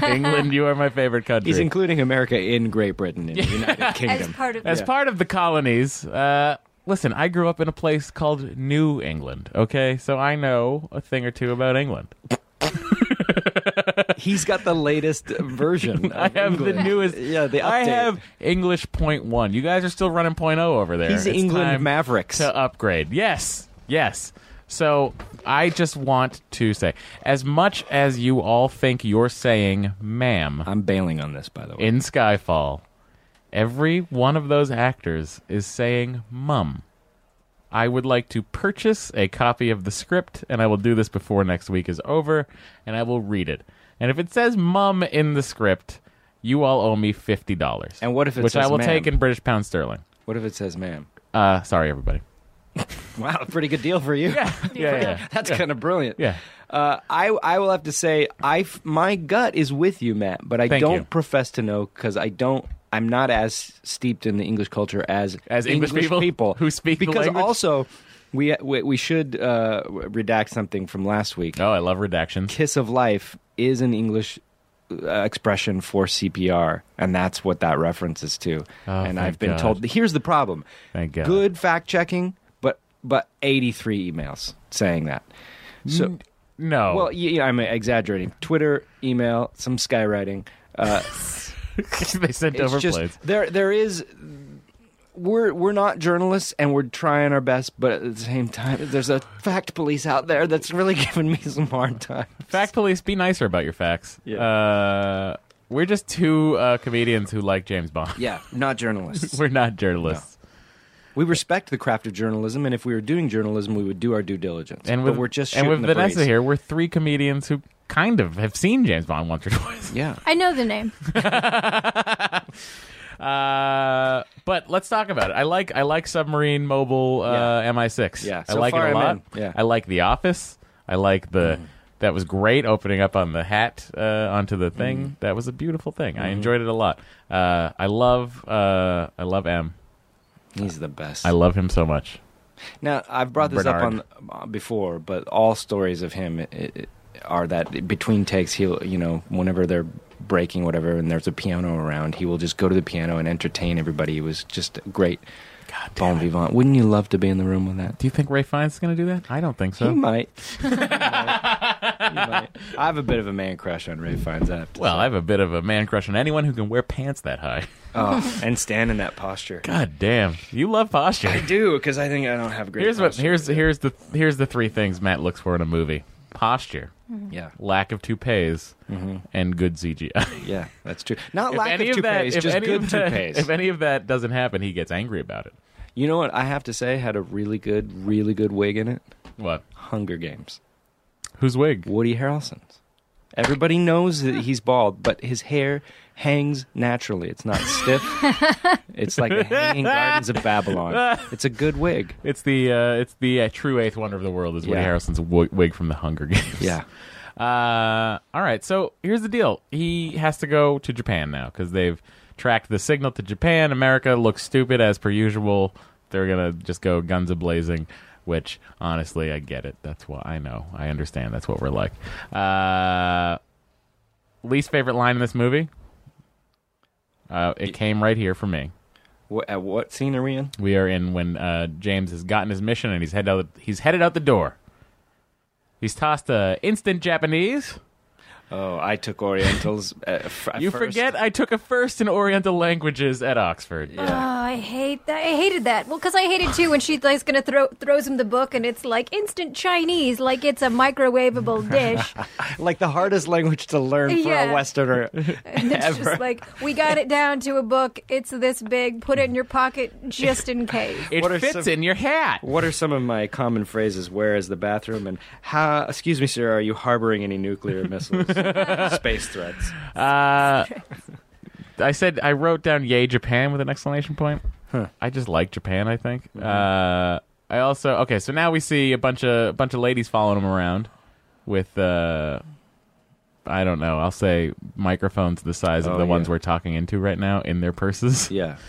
England, you are my favorite country.
He's including America in Great Britain in the United
As
Kingdom.
part of
As part of the colonies, uh, listen, I grew up in a place called New England, okay? So I know a thing or two about England.
He's got the latest version.
I
of
have
England.
the newest.
Yeah, the update.
I have English point one. You guys are still running point oh over there.
He's
It's
England
time
Mavericks.
to upgrade. Yes, yes. So I just want to say, as much as you all think you're saying, "ma'am,"
I'm bailing on this, by the way.
in Skyfall, every one of those actors is saying mum. I would like to purchase a copy of the script, and I will do this before next week is over, and I will read it. And if it says mum in the script, you all owe me fifty dollars.
And what if it
which I
says
will
ma'am?
take in British pound sterling?
what if it says "ma'am"?
Uh, sorry, everybody.
Wow, pretty good deal for you.
Yeah, yeah,
That's kind of brilliant.
yeah.
Uh, I I will have to say I f- my gut is with you, Matt, but I
Thank
don't
you.
profess to know because I don't. I'm not as steeped in the English culture as
As English people who speak the
because
language?
also we we, we should uh, redact something from last week.
Oh, I love redactions.
Kiss of life is an English uh, expression for CPR, and that's what that references to. and
Oh, thank
I've been
God.
told here's the problem.
Thank God.
Good fact checking, but but 83 emails saying that. So.
No.
Well, yeah, I'm exaggerating. Twitter, email, some skywriting. Uh,
they sent
it's
over
just
plates.
there. There is. We're we're not journalists, and we're trying our best, but at the same time, there's a fact police out there that's really giving me some hard time.
Fact police, be nicer about your facts.
Yeah.
Uh, we're just two uh, comedians who like James Bond.
Yeah, not journalists.
We're not journalists.
we respect the craft of journalism, and if we were doing journalism, we would do our due diligence.
And with
but we're just
and
shooting
with
the
Vanessa
breeze.
here, we're three comedians who kind of have seen James Bond once or twice.
Yeah,
I know the name.
Uh, but let's talk about it. I like I like submarine mobile uh, MI6.
Yeah,
I
so
like
far
it a
I'm
lot.
in. Yeah. Mm-hmm.
I like The Office. I like the that was great opening up on the hat uh, onto the thing.
Mm-hmm.
That was a beautiful thing. I enjoyed it a lot. Uh, I love uh, I love M.
He's the best.
I love him so much.
Now I've brought this
Bernard.
up on uh, before, but all stories of him i i are that between takes he'll you know whenever they're breaking whatever and there's a piano around he will just go to the piano and entertain everybody. He was just a great.
God
Bon vivant. Wouldn't you love to be in the room with that?
Do you think Ray Fiennes is going to do that? I don't think so.
He might. He might. He might. I have a bit of a man crush on Ray Fiennes. I have to
Well,
say.
I have a bit of a man crush on anyone who can wear pants that high.
oh, and stand in that posture.
God damn, you love posture.
I do because I think I don't have great.
here's what
posture.
here's here's the here's the three things Matt looks for in a movie: posture,
yeah
lack of toupees, and good CGI.
yeah that's true. Not
If
Mm-hmm. lack
any
of
of that,
toupees,
if
just
any
good
of that,
toupees.
if any of that doesn't happen, he gets angry about it.
You know what I have to say had a really good, really good wig in it?
What?
Hunger Games.
Whose wig?
Woody Harrelson's. Everybody knows that he's bald, but his hair hangs naturally. It's not stiff. it's like the hanging gardens of Babylon. It's a good wig.
It's the uh, it's the uh, true eighth wonder of the world is Woody
Yeah.
Harrelson's w- wig from The Hunger Games.
Yeah.
Uh, all right. So here's the deal. He has to go to Japan now because they've tracked the signal to Japan. America looks stupid as per usual. They're gonna just go guns a blazing. Which honestly, I get it. That's what I know. I understand. That's what we're like. Uh, least favorite line in this movie. Uh, it came right here for me.
What, at what scene are we in?
We are in when uh, James has gotten his mission and he's headed out. He's headed out the door. He's tossed a instant Japanese.
Oh, I took Orientals. At, f- at
You
first.
forget I took a first in Oriental languages at Oxford.
Yeah.
Oh, I hate that. I hated that. Well, because I hated too when she like's gonna throw throws him the book, and it's like instant Chinese, like it's a microwavable dish.
Like the hardest language to learn for
Yeah.
a Westerner
And it's
ever.
just like we got it down to a book. It's this big. Put it in your pocket just in case.
It
What are
fits
some-
in your hat.
What are some of my common phrases? Where is the bathroom? And how, excuse me, sir, are you harboring any nuclear missiles? Space threats.
Uh, I said I wrote down "Yay Japan" with an exclamation point. I just like Japan. I think.
Mm-hmm.
Uh, I also okay. So now we see a bunch of a bunch of ladies following him around with. Uh, I don't know. I'll say microphones the size of
Oh,
the ones
yeah.
we're talking into right now in their purses.
Yeah.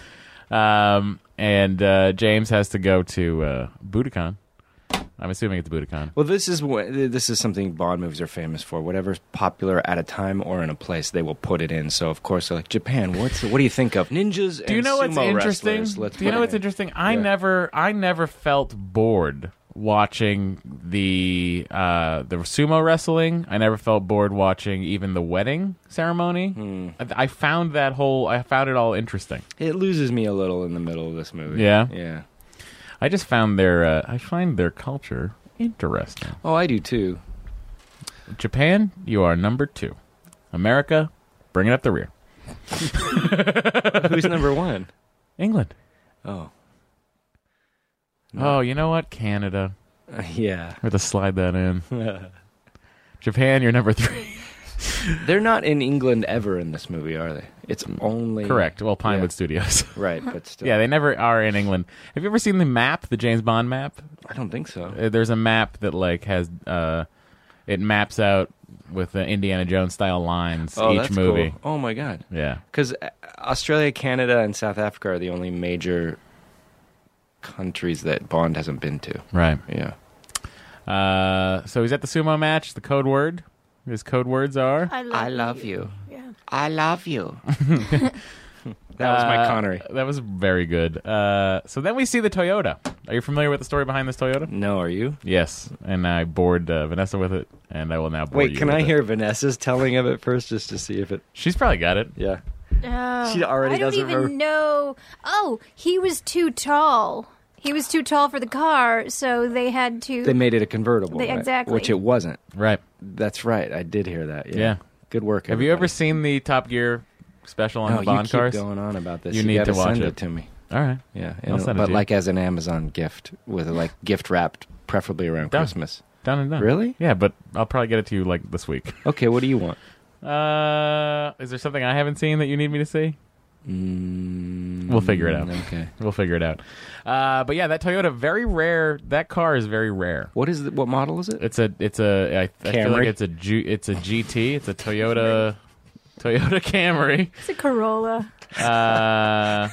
Um, and uh, James has to go to uh, Budokan. I'm assuming it's Budokan.
Well, this is what this is something Bond movies are famous for. Whatever's popular at a time or in a place, they will put it in. So, of course, they're like Japan. What's what do you think of ninjas?
Do you
and
know what's
sumo
interesting?
wrestlers? Let's
Do you
put
know
it
what's
in.
interesting? I
Yeah.
never, I never felt bored watching the uh, the sumo wrestling. I never felt bored watching even the wedding ceremony.
Hmm.
I, I found that whole, I found it all interesting.
It loses me a little in the middle of this movie.
Yeah?
Yeah.
I just found their, uh, I find their culture interesting.
Oh, I do too.
Japan, you are number two. America, bringing up the rear.
Who's number one?
England.
Oh,
Oh, you know what? Canada.
yeah.
I have to slide that in. Japan, you're number three.
They're not in England ever in this movie, are they? It's only
Correct. Well, Pinewood
Yeah.
Studios.
Right, but still.
yeah, they never are in England. Have you ever seen the map, the James Bond map?
I don't think so.
Uh, There's a map that like has uh, it maps out with the Indiana Jones style lines
oh,
each
that's
movie.
cool. Oh my god.
Yeah,
Because Australia, Canada, and South Africa are the only major countries that Bond hasn't been to.
right.
Yeah.
Uh, so he's at the sumo match. The code word. His code words are.
I love,
you.
Yeah.
I love you. that was my
Uh,
Connery.
That was very good. Uh, so then we see the Toyota. Are you familiar with the story behind this Toyota?
No, are you?
Yes, and I bored uh, Vanessa with it, and I will now bore
Wait,
you
can
with
I
it.
hear Vanessa's telling of it first just to see if it.
She's probably got it.
Yeah.
Oh,
She already
I don't
doesn't
even
remember.
know. Oh, he was too tall. He was too tall for the car, so they had to.
They made it a convertible.
They-
right?
exactly.
Which it wasn't.
Right.
That's right. I did hear that. Yeah.
Yeah.
Good work.
Have you ever
everybody.
seen the Top Gear special on
No,
the
you
Bond
keep
cars?
going on about this.
You need
gotta
to watch
send it.
it.
to me.
All right.
Yeah,
I'll
and-
send it
but
to you.
like as an Amazon gift with like gift wrapped, preferably around
Done.
Christmas.
Done and done.
Really?
Yeah, but I'll probably get it to you like this week.
Okay, what do you want?
Uh, is there something I haven't seen that you need me to see? We'll figure it out.
Mm, Okay.
We'll figure it out. Uh, but yeah, that Toyota very rare. That car is very rare.
What is the, what model is it?
It's a it's a I, I feel
Camry?
like it's a Ju- it's a GT. It's a Toyota Toyota Camry.
It's a Corolla.
Uh,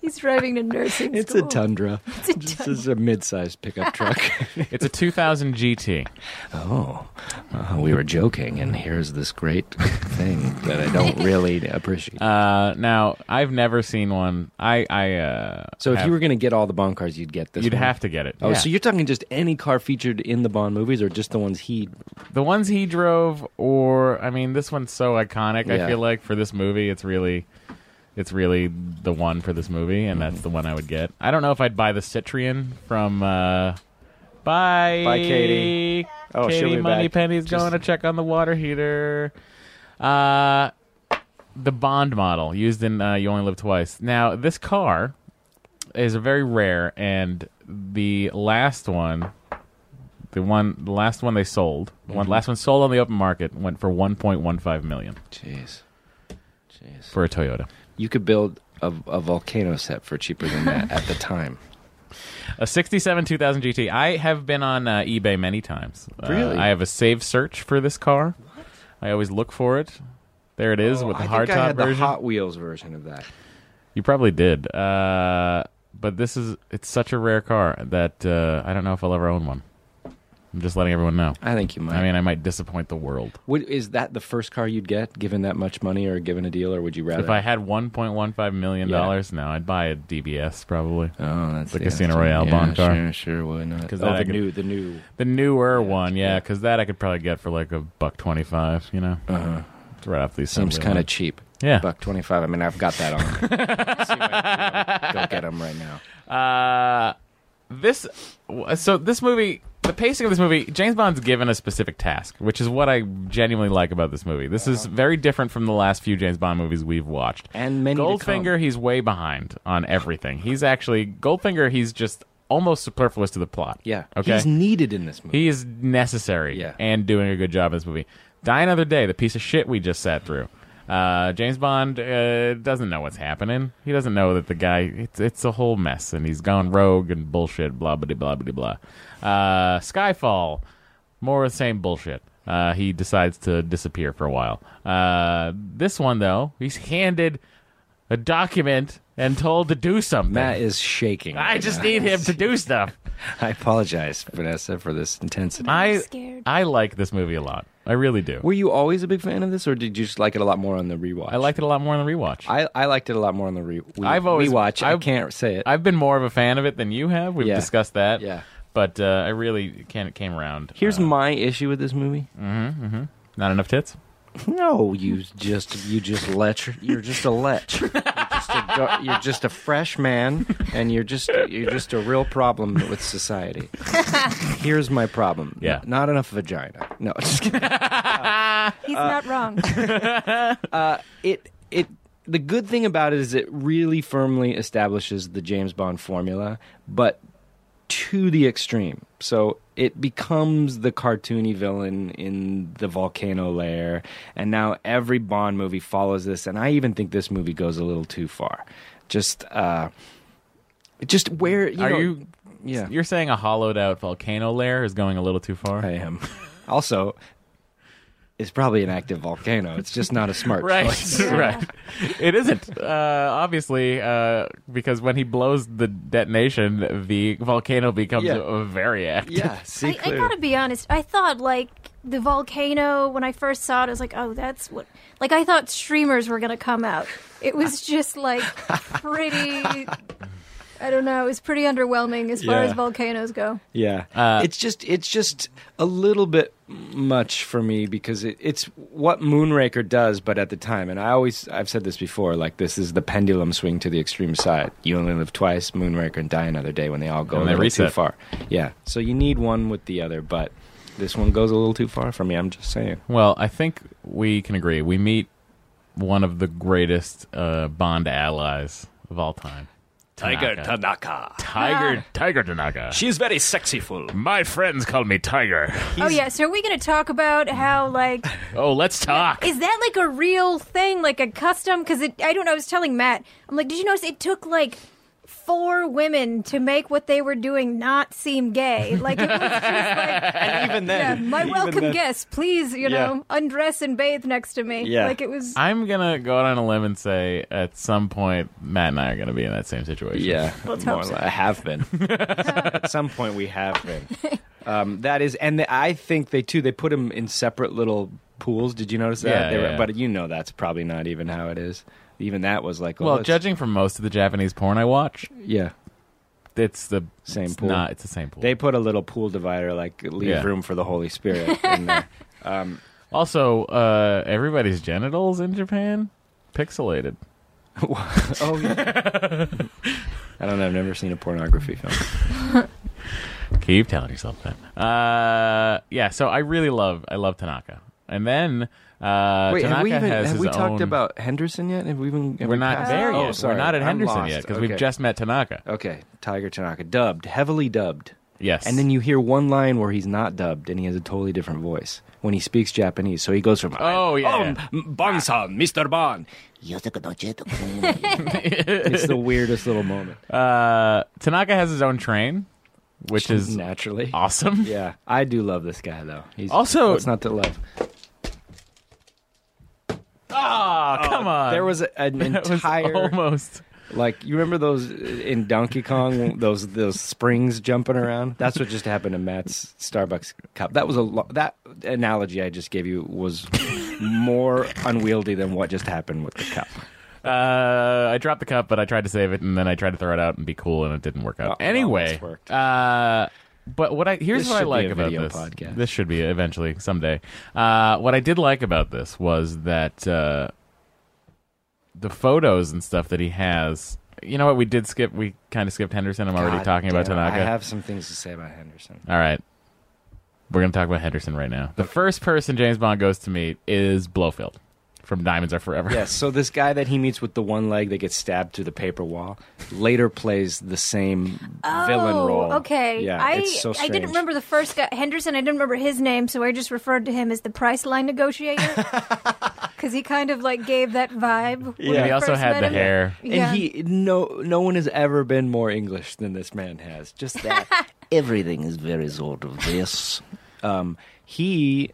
He's driving to nursing
It's a
school.
Tundra.
It's a
This is a mid-sized pickup truck.
it's a 2000 GT.
oh, uh, we were joking, and here's this great thing that I don't really appreciate.
Uh, now I've never seen one. I I uh,
so if
have-
you were going to get all the Bond cars, you'd get this.
you'd
one.
have to get it.
Oh,
Yeah.
so you're talking just any car featured in the Bond movies, or just the ones he?
the ones he drove, or I mean, this one's so iconic.
Yeah.
I feel like for this movie, it's really. It's really the one for this movie, and that's the one I would get. I don't know if I'd buy the Citrian from. Uh, bye,
Bye, Katie. Oh, she'll
Katie
be back.
Moneypenny's
Just-
going to check on the water heater. Uh, the Bond model used in uh, You Only Live Twice. Now, this car is very rare, and the last one, the one, the last one they sold, the
Mm-hmm.
one last one sold on the open market went for 1.15 million
Jeez, jeez.
for a Toyota.
You could build a, a volcano set for cheaper than that at the time.
A 67 2000 GT. I have been on uh, eBay many times. Uh,
Really?
I have a save search for this car. I always look for it. There it is with the
Oh, I
hard
think I
top
had
version.
the Hot Wheels version of that.
You probably did. Uh, but this is it's such a rare car that uh, I don't know if I'll ever own one. I'm just letting everyone know.
I think you might.
I mean, I might disappoint the world.
Would, is that the first car you'd get, given that much money, or given a deal, or would you rather?
If I had 1.15 million dollars now, I'd buy a DBS probably.
oh, that's
The Casino Royale
yeah,
Bond car.
Sure, sure, why not?
'Cause
Oh,
then
the
I could-
new, the new.
The newer one, yeah, because that I could probably get for like a buck twenty-five. You know, Uh-huh.
Uh,
It's right off these.
seems kind of cheap.
yeah.
Buck twenty five. I mean, I've got that on. me. See what I can do. Go get them right now.
Uh, this so this movie the pacing of this movie james bond's given a specific task which is what i genuinely like about this movie this is very different from the last few james bond movies we've watched
And many to
goldfinger
come.
he's way behind on everything he's actually goldfinger he's just almost superfluous to the plot
Yeah.
okay
He's needed in this movie.
he is necessary
Yeah.
and doing a good job in this movie. Die Another Day, the piece of shit we just sat through. Uh, James Bond uh, doesn't know what's happening. He doesn't know that the guy, it's, it's a whole mess, and he's gone rogue and bullshit, blah, blah, blah, blah, blah. Uh, Skyfall, more of the same bullshit. Uh, he decides to disappear for a while. Uh, this one, though, he's handed a document and told to do something.
Matt is shaking.
I
right
just
now.
need him to do stuff.
I apologize, Vanessa, for this intensity.
I
scared.
I like this movie a lot. I really do.
Were you always a big fan of this, or did you just like it a lot more on the rewatch?
I liked it a lot more on the rewatch.
I, I liked it a lot more on the re- we,
I've always-
rewatch. I
I've-
can't say it.
I, have been more of a fan of it than you have. We've
Yeah.
discussed that.
Yeah.
But uh, I really can it came around.
Here's
Uh,
my issue with this movie.
not enough tits.
No, you just you just lech. You're just a lech. You're just a, dar- you're just a fresh man, and you're just you're just a real problem with society. Here's my problem.
Yeah.
not enough vagina. No, just kidding.
He's
Uh,
not wrong.
it it the good thing about it is it really firmly establishes the James Bond formula, but to the extreme. So it becomes the cartoony villain in the volcano lair, and now every Bond movie follows this. And I even think this movie goes a little too far. Just, uh, just where you
Are
know-
you?
Yeah,
You're saying a hollowed out volcano lair is going a little too far.
I am. also, it's probably an active volcano. It's just not a smart choice.
Right, right. It isn't uh, obviously uh, because when he blows the detonation, the volcano becomes
Yeah.
a, a very active.
Yeah, see,
I, I
clearly.
gotta be honest. I thought like the volcano when I first saw it. I was like, oh, that's what. Like I thought streamers were gonna come out. It was just like pretty. I don't know. It was pretty underwhelming as far
Yeah.
as volcanoes go.
Yeah,
Uh,
it's just it's just a little bit much for me because it, it's what Moonraker does, but at the time, and I always I've said this before, like this is the pendulum swing to the extreme side. You only live twice, Moonraker and Die Another Day, when they all go
And
a
they
little too
reset.
far. Yeah, so you need one with the other, but this one goes a little too far for me. I'm just saying.
Well, I think we can agree. We meet one of the greatest uh, Bond allies of all time.
Tiger
Tanaka.
Tanaka.
Tiger, Tiger Tanaka.
She's very sexyful.
My friends call me Tiger.
oh yeah, so are we gonna talk about how like
Oh, let's talk.
is that like a real thing, like a custom? Because I don't know. I was telling Matt, I'm like, did you notice it took like four women to make what they were doing not seem gay? Like it was just like.
And even
Yeah,
then,
my
even
welcome
then-
guest, please, you
Yeah.
know, undress and bathe next to me.
Yeah.
Like it was
I'm gonna go out on a limb and say at some point Matt and I are gonna be in that same situation.
Yeah,
Let's
more
hope
or
so.
less. I have been. At some point, we have been. Um, that is, and the, I think they too. They put them in separate little pools. Did you notice that?
Yeah,
They were-
yeah.
But you know, that's probably not even how it is. Even that was like,
Well,
let's-
judging from most of the Japanese porn I watch,
yeah,
it's the
Same
it's
pool.
Not, it's the same pool.
they put a little pool divider, like leave
Yeah.
room for the Holy Spirit. in there.
also, uh, everybody's genitals in Japan pixelated.
oh, yeah. I don't know. I've never seen a pornography film.
Keep telling yourself that. Uh, yeah. So I really love I love Tanaka, and then uh,
Wait,
Tanaka
have we even
has
have
his
we talked
own-
about Henderson yet? Have we even? have
We're
we
not
passed-
there
Oh,
yet.
sorry.
We're not at
I'm
Henderson
lost.
yet because
Okay.
we've just met Tanaka.
Okay, Tiger Tanaka, dubbed, heavily dubbed.
Yes.
And then you hear one line where he's not dubbed and he has a totally different voice when he speaks Japanese. So he goes from
Oh,
"I'm-
yeah,
oh,
yeah.
M- Bon-san, Mr. Bon. it's the weirdest little moment.
uh, Tanaka has his own train, which is
naturally.
awesome.
Yeah, I do love this guy though. He's
Also-
it's not to love.
Ah, come on.
Oh, There was a- an
That was oh
entire
almost.
like you remember those uh, in Donkey Kong those those springs jumping around. That's what just happened to Matt's Starbucks cup. That was a lo- that analogy I just gave you was more unwieldy than what just happened with the cup.
Uh, I dropped the cup, but I tried to save it, and then I tried to throw it out and be cool, and it didn't work out.
Oh, well,
anyway,
it's worked.
uh, but what I here's
This
what I
should be
like
a
about
video
this.
podcast.
This should be eventually someday. Uh, what I did like about this was that uh, the photos and stuff that he has. You know what? We did skip. We kind of skipped Henderson. I'm already
God
talking about
damn it.
Tanaka.
I have some things to say about Henderson.
All right. We're going to talk about Henderson right now. The first person James Bond goes to meet is Blofeld from Diamonds Are Forever.
Yes, so this guy that he meets with the one leg that gets stabbed through the paper wall later plays the same villain
Oh,
role.
Okay,
Yeah,
I
it's so
I
strange.
didn't remember the first guy Henderson. I didn't remember his name, so I just referred to him as the price line negotiator because he kind of like gave that vibe. when
And
we
he also
first
had
met
the
him.
hair.
And
Yeah.
he no no one has ever been more English than this man has. Just that everything is very sort of this. Um, he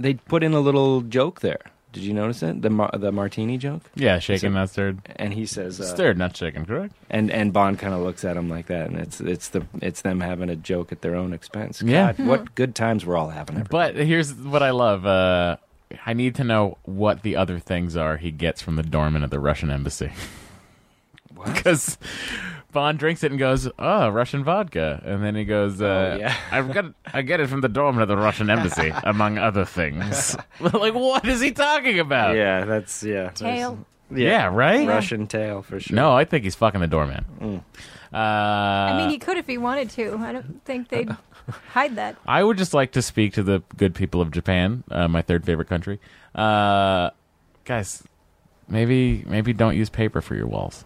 they put in a little joke there. Did you notice it? The mar- the martini joke,
Yeah, shaken, not stirred.
and he says, uh,
Stirred, not shaken, correct?
and and Bond kind of looks at him like that, and it's it's the it's them having a joke at their own expense.
Yeah.
God, what good times we're all having. everybody.
But here's what I love. Uh, I need to know what the other things are he gets from the doorman at the Russian embassy. Because Bond drinks it and goes, "Oh, Russian vodka," and then he goes, uh,
Oh, yeah.
"I've got, I get it from the doorman at the Russian embassy, among other things." like, what is he talking about?
yeah, that's yeah,
Tail.
yeah,
Yeah, right?
Russian Mm. tail for sure.
No, I think he's fucking the doorman. Uh,
I
I
mean, he could if he wanted to. I don't think they'd hide that.
would just like to speak to the good people of Japan, uh, my third favorite country. Uh, guys, maybe maybe don't use paper for your walls.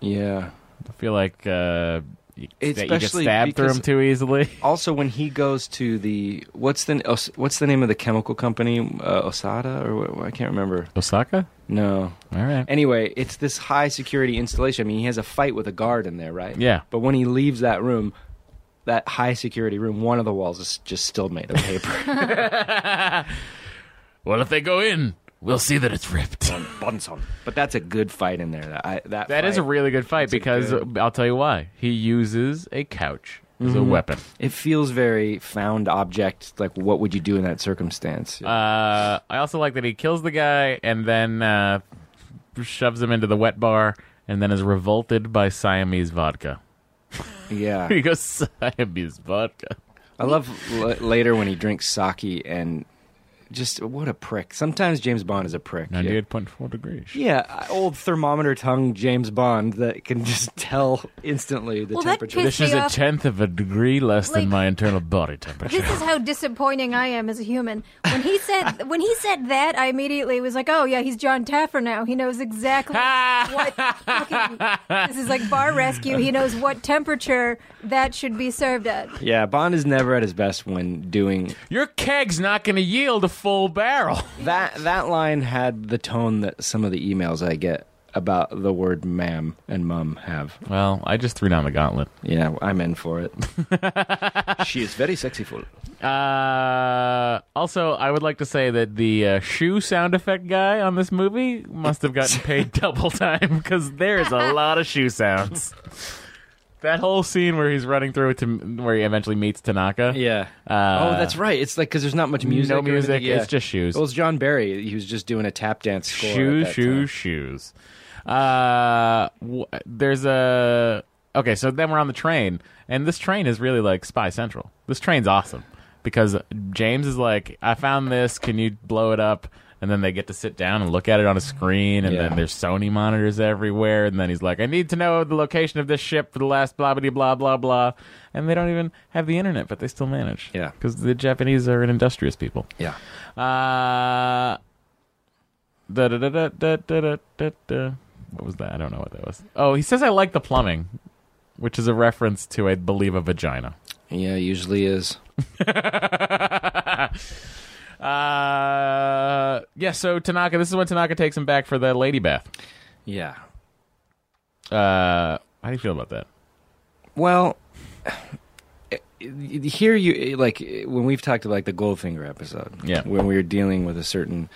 yeah.
I feel like uh, you, that you get
Especially
stabbed through
because-
them too easily.
Also, when he goes to the what's the Os- what's the name of the chemical company? Uh, Osada or what, I can't remember.
Osaka.
No.
All right.
Anyway, it's this high security installation. I mean, he has a fight with a guard in there, right?
Yeah.
But when he leaves that room, that high security room, one of the walls is just still made of paper.
well, if they go in, we'll see that it's ripped.
Bonson.
but that's a good fight in there. That I, that
That is a
fight,
really good fight
a
because
good- Mm-hmm.
I'll tell you why. He uses a couch as a weapon.
It feels very found object. Like, what would you do in that circumstance?
Uh, I also like that he kills the guy and then uh, shoves him into the wet bar and then is revolted by Siamese vodka.
yeah.
He goes, Siamese vodka.
I love l- later when he drinks sake and just what a prick. Sometimes James Bond is a prick. yeah.
98.4 degrees.
Yeah, I- old thermometer tongue James Bond that can just tell instantly the
Well, that
temperature.
pissed
This is
me
a
off.
tenth of a degree less
Like-
than my internal body temperature.
This is how disappointing I am as a human. When he said when he said that, I immediately was like, "Oh yeah, he's John Taffer now. He knows exactly what." fucking- this is like bar rescue. He knows what temperature that should be served at.
yeah, Bond is never at his best when doing
Your keg's not going to yield a full barrel.
that. That line had the tone that some of the emails I get about the word "ma'am" and "mum" have.
Well, I just threw down the gauntlet.
Yeah, I'm in for it. she is very sexyful.
Uh, also, I would like to say that the uh, shoe sound effect guy on this movie must have gotten paid double time because there's a lot of shoe sounds. That whole scene where he's running through to where he eventually meets Tanaka.
Yeah. oh,
Uh,
that's right. It's like because there's not much music.
no
or anything.
music,
Yeah.
it's just shoes.
It was John Barry. He was just doing a tap dance score. at
shoes,
that
shoes,
time.
shoes. Uh, w- there's a okay. So then we're on the train, and this train is really like Spy Central. This train's awesome because James is like, "I found this. Can you blow it up?" And then they get to sit down and look at it on a screen, and
Yeah.
then there's Sony monitors everywhere. And then he's like, "I need to know the location of this ship for the last blah blah blah blah blah." And they don't even have the internet, but they still manage.
Yeah.
because the Japanese are an industrious people.
Yeah.
Uh, da da da da da da da da. What was that? I don't know what that was. Oh, he says I like the plumbing, which is a reference to I believe a vagina.
Yeah. Usually is.
Uh, yeah. So Tanaka, this is when Tanaka takes him back for the lady bath.
Yeah.
Uh, how do you feel about that?
Well, here you like when we've talked about like the Goldfinger episode,
Yeah.
when we were dealing with a certain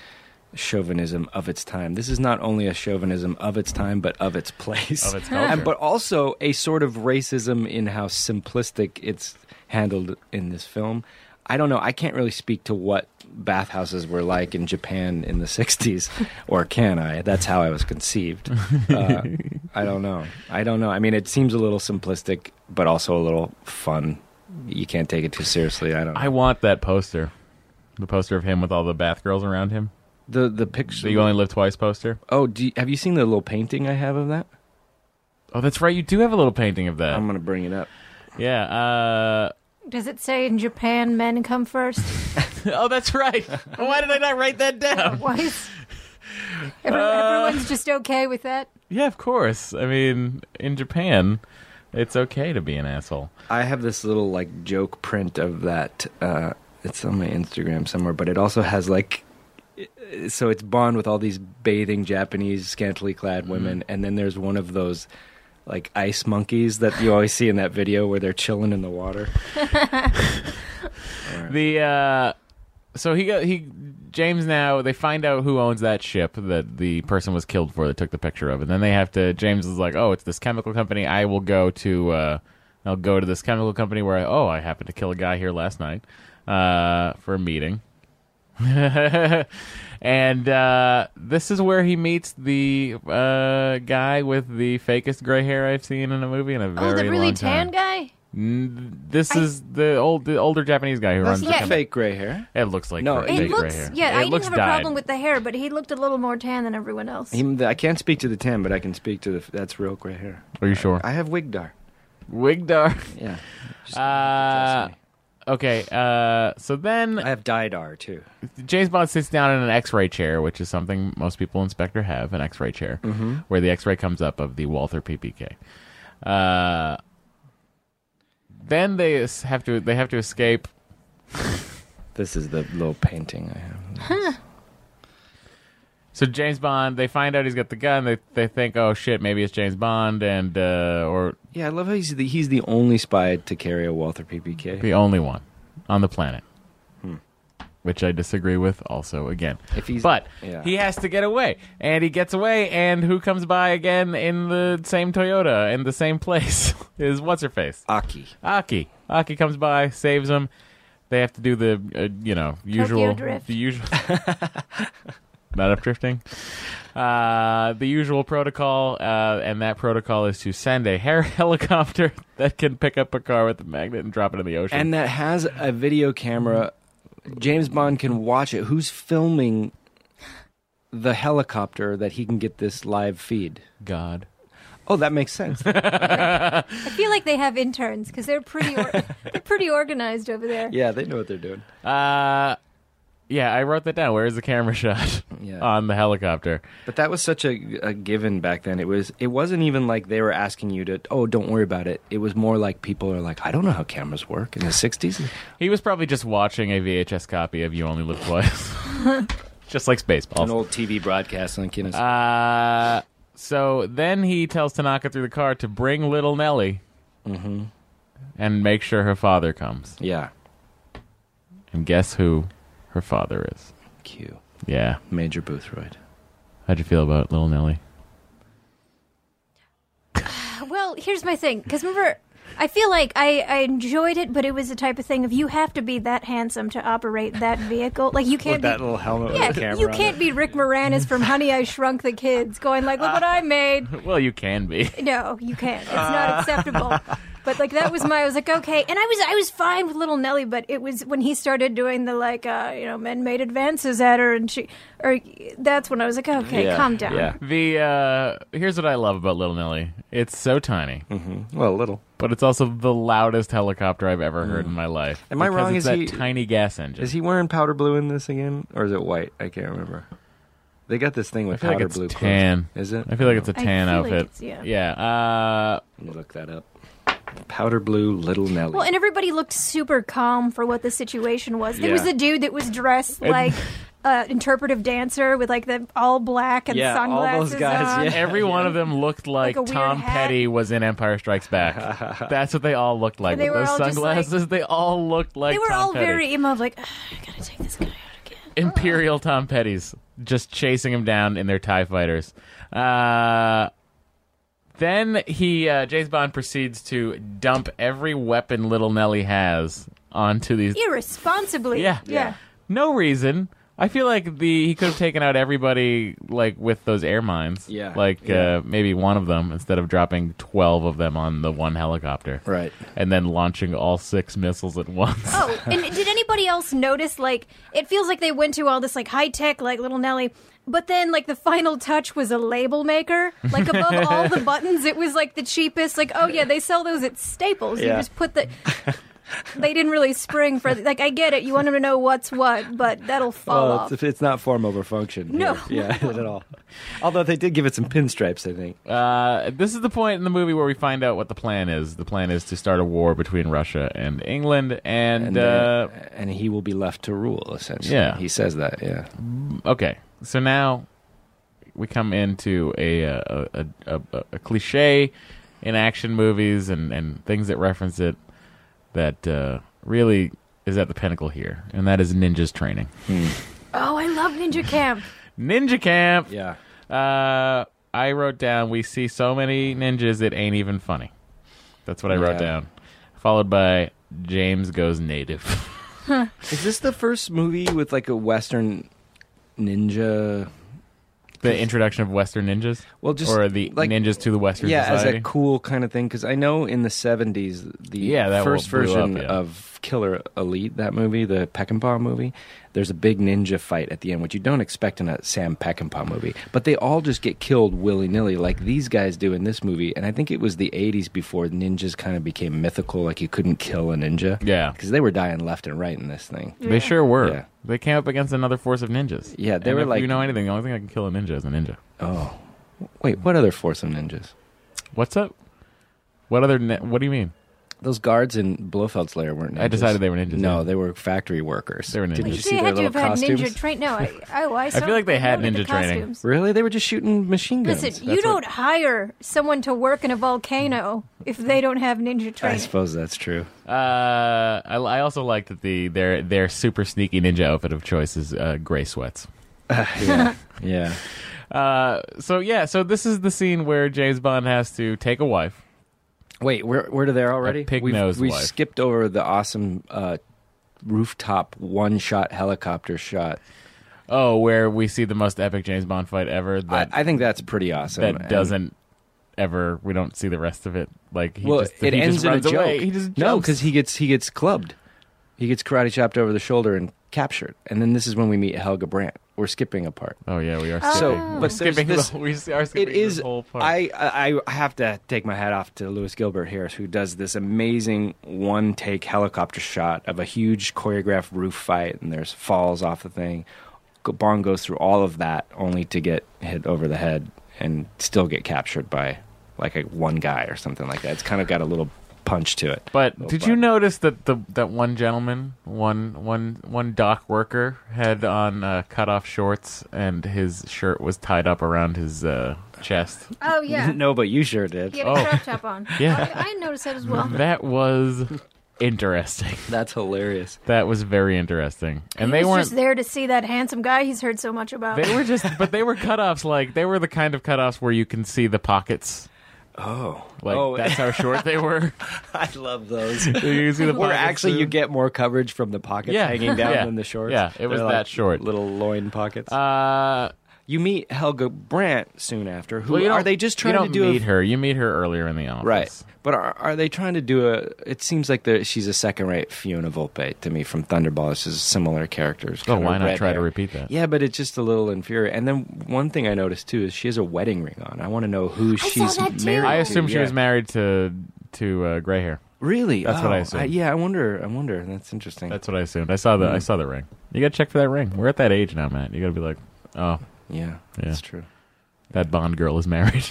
chauvinism of its time. This is not only a chauvinism of its time, but of its place,
Of its culture.
And- but also a sort of racism in how simplistic it's handled in this film. I don't know. I can't really speak to what bathhouses were like in Japan in the '60s, or can I? That's how I was conceived. Uh, I don't know. I don't know. I mean, it seems a little simplistic, but also a little fun. You can't take it too seriously. I don't. Know.
I want that poster, the poster of him with all the bath girls around him.
the the picture.
So you only live twice poster.
oh, do you, have you seen the little painting I have of that?
Oh, that's right. You do have a little painting of that.
I'm gonna bring it up.
yeah. Uh.
Does it say in Japan men come first?
Oh, that's right. Why did I not write that down?
Why is every,
Uh,
everyone's just okay with that?
Yeah, of course. I mean, in Japan, it's okay to be an asshole.
I have this little like joke print of that. Uh, it's on my Instagram somewhere, but it also has like. So it's Bond with all these bathing Japanese scantily clad women, and then there's one of those like ice monkeys that you always see in that video where they're chilling in the water.
The uh so he got he James now they find out who owns that ship that the person was killed for that took the picture of and then they have to James is like, "Oh, it's this chemical company. I will go to uh I'll go to this chemical company where I oh, I happened to kill a guy here last night uh for a meeting." and uh this is where he meets the uh guy with the fakest gray hair I've seen in a movie in a very
Oh, the really
long time.
tan guy.
N- This is the old, the older Japanese guy who runs.
That's
The
not
company.
fake gray hair.
It looks like
No,
gray-
it
fake
It
gray
looks
hair.
yeah.
It
I
looks
didn't have
dyed.
a problem with the hair, but he looked a little more tan than everyone else.
Even the- I can't speak to the tan, but I can speak to the. That's real gray hair.
Are you sure?
I have Wigdar.
Wigdar.
Yeah. Just-
Uh, okay. Uh, so then
I have Didar too.
James Bond sits down in an X-ray chair, which is something most people in Spectre have an X-ray chair,
Mm-hmm.
where the X-ray comes up of the Walther PPK. Uh, then they es- have to they have to escape.
This is the little painting I have.
So James Bond, they find out he's got the gun. They they think, oh shit, maybe it's James Bond, and uh, or
Yeah, I love how he's the, he's the only spy to carry a Walther PPK.
The only one on the planet. Which I disagree with also again.
If he's-
but
yeah.
he has to get away. And he gets away and who comes by again in the same Toyota in the same place is what's her face?
Aki.
Aki. Aki comes by, saves him. They have to do the uh, you know, usual
drift.
the usual not up drifting. Uh, the usual protocol, uh, and that protocol is to send a hair helicopter that can pick up a car with a magnet and drop it in the ocean.
And that has a video camera James Bond can watch it. Who's filming the helicopter that he can get this live feed?
God.
Oh, that makes sense.
I feel like they have interns because they're pretty or- they're pretty organized over there.
yeah, they know what they're doing.
Uh, yeah, I wrote that down. Where is the camera shot
Yeah.
on the helicopter?
But that was such a, a given back then. It was. It wasn't even like they were asking you to. Oh, don't worry about it. It was more like people are like, I don't know how cameras work in the '60s.
He was probably just watching a VHS copy of You Only Live Twice, just like
An
Spaceballs.
old TV broadcast on Guinness.
Uh, so then he tells Tanaka through the car to bring little Nellie Mm-hmm. and make sure her father comes.
yeah.
And guess who her father is?
Q.
Yeah.
Major Boothroyd.
How'd you feel about little Nellie?
Well, here's my thing because remember, I feel like I, I enjoyed it, but it was the type of thing of you have to be that handsome to operate that vehicle. Like you
With
can't.
that
be-
little helmet
yeah,
with the camera
you
on
can't
it.
be Rick Moranis from Honey I Shrunk the Kids, going like, "Look what I made."
Well, you can be.
No, you can't. It's not acceptable. But like that was my. I was like, okay, and I was I was fine with little Nelly, but it was when he started doing the like, uh, you know, men made advances at her, and she, or that's when I was like, okay,
Yeah,
calm down.
yeah.
The uh, here's what I love about Little Nelly. It's so tiny,
Well, a little.
but it's also the loudest helicopter I've ever heard in my life.
Mm. Am I
Because
wrong?
It's
Is
that
he-
tiny gas engine?
Is he wearing powder blue in this again, or is it white? I can't remember. They got this thing
I
with
feel like
powder
it's
blue. clothes.
tan.
Is it?
I feel like it's a
I
tan
feel like
outfit.
it's- yeah.
Yeah. uh,
Let me look that up. Powder blue, little Nelly.
Well, and everybody looked super calm for what the situation was. There was
Yeah.
the dude that was dressed like uh, interpretive dancer with like the all black and
Yeah, all
sunglasses
those guys,
on.
yeah.
Uh, every one of them looked like,
a weird
Tom
hat.
Petty was in Empire Strikes Back. That's what they all looked like.
And they
With
were
those
all just like-
sunglasses, they all looked like
They were
Tom
all
Petty.
very emo, like, "Ugh, I gotta take this guy out again.
Imperial Tom Petty's just chasing him down in their TIE fighters. Uh, then he, uh, James Bond proceeds to dump every weapon Little Nelly has onto these.
Irresponsibly.
Yeah.
yeah.
No reason. I feel like the he could have taken out everybody like with those air mines.
Yeah.
Like
Yeah.
Uh, maybe one of them instead of dropping twelve of them on the one helicopter.
Right.
And then launching all six missiles at once.
Oh, and did anybody else notice? Like, it feels like they went to all this like high tech, like little Nelly, but then like the final touch was a label maker. Like above all the buttons, it was like the cheapest. Like, oh yeah, they sell those at Staples. You
Yeah.
just put the. They didn't really spring for like I get it. You want them to know what's what, but that'll fall
Well,
off.
it's, it's not form over function.
No.
here. Yeah, at all. Although they did give it some pinstripes, I think.
Uh, this is the point in the movie where we find out what the plan is. The plan is to start a war between Russia and England, and,
And,
uh,
uh, and he will be left to rule, essentially.
Yeah.
He says that, yeah.
uh, okay, so now we come into a uh, a, a, a, a cliche in action movies and, and things that reference it that uh, really is at the pinnacle here, and that is ninjas training,
oh, I love Ninja Camp.
ninja camp.
Yeah.
Uh, I wrote down we see so many ninjas it ain't even funny. That's what I wrote
Yeah.
down. Followed by James goes native.
Is this the first movie with like a Western ninja?
the introduction of Western ninjas,
Well, just
or the
like-
ninjas to the Western
yeah, as
society.
a cool kind of thing. Because I know in the 70s, the
Yeah, that
first
one blew up,
version
yeah.
of Killer Elite, that movie, the Peckinpah movie, there's a big ninja fight at the end, which you don't expect in a Sam Peckinpah movie. But they all just get killed willy nilly, like these guys do in this movie. And I think it was the 80s before ninjas kind of became mythical, like you couldn't kill a ninja.
Yeah.
Because they were dying left and right in this thing.
They sure were.
Yeah.
They came up against another force of ninjas.
Yeah, they
And
were
if
like-
you know anything, the only thing I can kill a ninja is a ninja.
Oh. Wait, what other force of ninjas?
What's up? What other? Ni- what do you mean?
Those guards in Blofeld's lair weren't ninjas.
I decided they were ninjas,
No,
yeah.
they were factory workers.
They were ninjas.
Didn't
Well,
you
Like,
see
they
their
had to
little
have had
costumes?
ninja train. No, I, I, I,
feel like they had
noted the
ninja training.
costumes.
Really? They were just shooting machine guns.
Listen, you don't hire someone to work in a volcano if they don't have ninja
I
training.
suppose that's true.
Uh, I, I also like that the their their super sneaky ninja outfit of choice is uh, gray sweats.
Yeah. yeah.
Uh, so yeah, so this is the scene where James Bond has to take a wife.
Wait, we're, we're there already?
A pig
we've
nosed
we've
wife.
skipped over the awesome uh, rooftop one shot helicopter shot.
Oh, where we see the most epic James Bond fight ever. That
I, I think that's pretty awesome.
that
And-
doesn't ever. We don't see the rest of it. Like he
well,
just,
it
he
ends
just
in a
runs
joke.
away. He just
no,
jumps.
because he gets he gets clubbed. He gets karate chopped over the shoulder and captured. And then this is when we meet Helga Brandt. We're skipping a part.
Oh yeah, we are
Oh.
skipping.
So,
We're
but there's
skipping
this,
the, we are
it
skipping
is.
this whole part.
I, I I have to take my hat off to Lewis Gilbert here, who does this amazing one take helicopter shot of a huge choreographed roof fight, and there's falls off the thing. Bond goes through all of that only to get hit over the head and still get captured by like a one guy or something like that. It's kind of got a little punch to it.
But
Little
did you
bite.
notice that the that one gentleman, one one one dock worker, had on uh, cut off shorts and his shirt was tied up around his uh, chest?
Oh yeah.
no, but you sure did.
He had a
Oh.
crop top on.
Yeah. Mm-hmm.
I, I noticed that as well.
That was interesting.
That's hilarious.
That was very interesting. And
He
they
was
weren't.
just there to see that handsome guy he's heard so much about.
They were just, but they were cutoffs. Like they were the kind of cutoffs where you can see the pockets.
Oh,
Like
oh,
that's how short they were.
I love those.
You can see the
Where
pockets
actually
through.
you get more coverage from the pockets
Yeah.
hanging down
Yeah.
than the shorts.
Yeah, it was
They're
that
like
short.
Little loin pockets.
Uh,
you meet Helga Brandt soon after. Who
well, you
are
don't-
they just trying
you don't
to do? a-
meet her? You meet her earlier in the office,
Right, but are, are they trying to do a? It seems like the, she's a second-rate Fiona Volpe to me from Thunderball. She's similar characters.
Oh,
kinda
why not
red
try to
hair.
repeat that?
Yeah, but it's just a little inferior. And then one thing I noticed too is she has a wedding ring on. I want to know who
saw
she's
that, too.
married.
I
to,
assume she
yeah.
was married to to uh, gray hair.
Really?
That's what I
Oh,
assumed.
yeah, I wonder. I wonder. That's interesting.
That's what I assumed. I saw the
Hmm.
I saw the ring. You got to check for that ring. We're at that age now, Matt. You got to be like, oh,
yeah, that's true.
that Bond girl is married.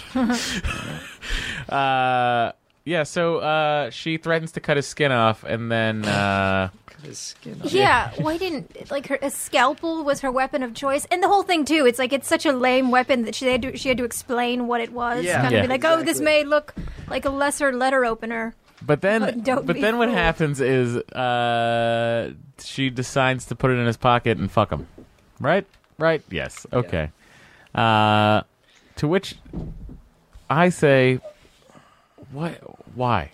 uh, yeah. So uh, she threatens to cut his skin off, and then uh,
His skin
Yeah, why didn't like her a scalpel was her weapon of choice, and the whole thing too. It's like it's such a lame weapon that she had to she had to explain what it was.
Yeah.
kind
Yeah.
of be like, oh, this
Exactly.
may look like a lesser letter opener.
But then,
But don't
but
be
then what
fooled.
happens is uh, she decides to put it in his pocket and fuck him. Right? Right? Yes. Okay. Uh, to which I say, what? Why?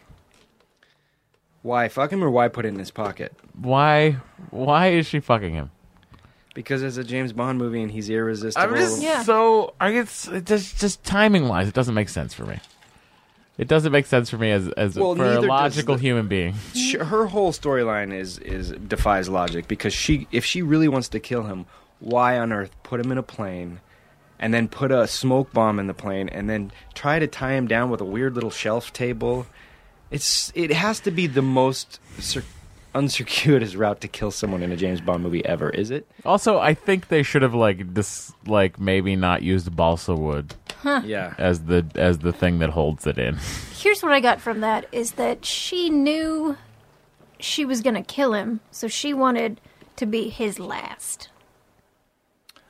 Why fuck him or why put it in his pocket?
Why? Why is she fucking him?
Because it's a James Bond movie and he's irresistible.
I'm just
Yeah.
so I guess it just just timing wise, it doesn't make sense for me. It doesn't make sense for me as as
Well,
for a
neither does
logical
the-
human being.
Sh her whole storyline is is defies logic because she if she really wants to kill him, why on earth put him in a plane and then put a smoke bomb in the plane and then try to tie him down with a weird little shelf table? It's it has to be the most cir- uncircuitous route to kill someone in a James Bond movie ever, is it?
Also, I think they should have like dis like maybe not used balsa wood
Yeah.
as the as the thing that holds it in.
Here's what I got from that is that she knew she was gonna kill him, so she wanted to be his last.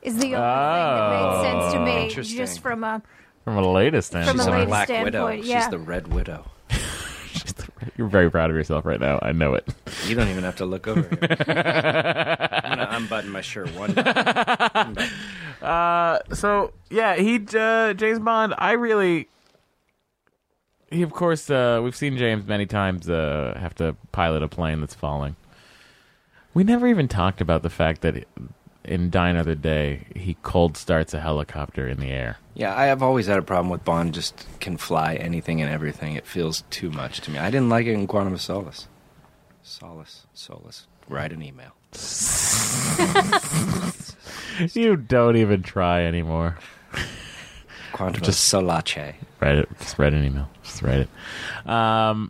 Is the only thing that made sense to me,
Interesting.
just from a
From a latest standpoint,
From
She's
a lady
a black widow.
standpoint, yeah.
She's the red widow.
you're very proud of yourself right now. I know it.
You don't even have to look over here. I'm gonna unbutton my shirt one.
so yeah, he uh, James Bond. I really, he of course uh, we've seen James many times uh, have to pilot a plane that's falling. We never even talked about the fact that in Die Another Day he cold starts a helicopter in the air.
Yeah, I have always had a problem with Bond just can fly anything and everything. It feels too much to me. I didn't like it in Quantum of Solace. Solace, Solace. Write an email.
You don't even try anymore.
Quantum just Solace.
Write it. Just write an email. Just write it. Um,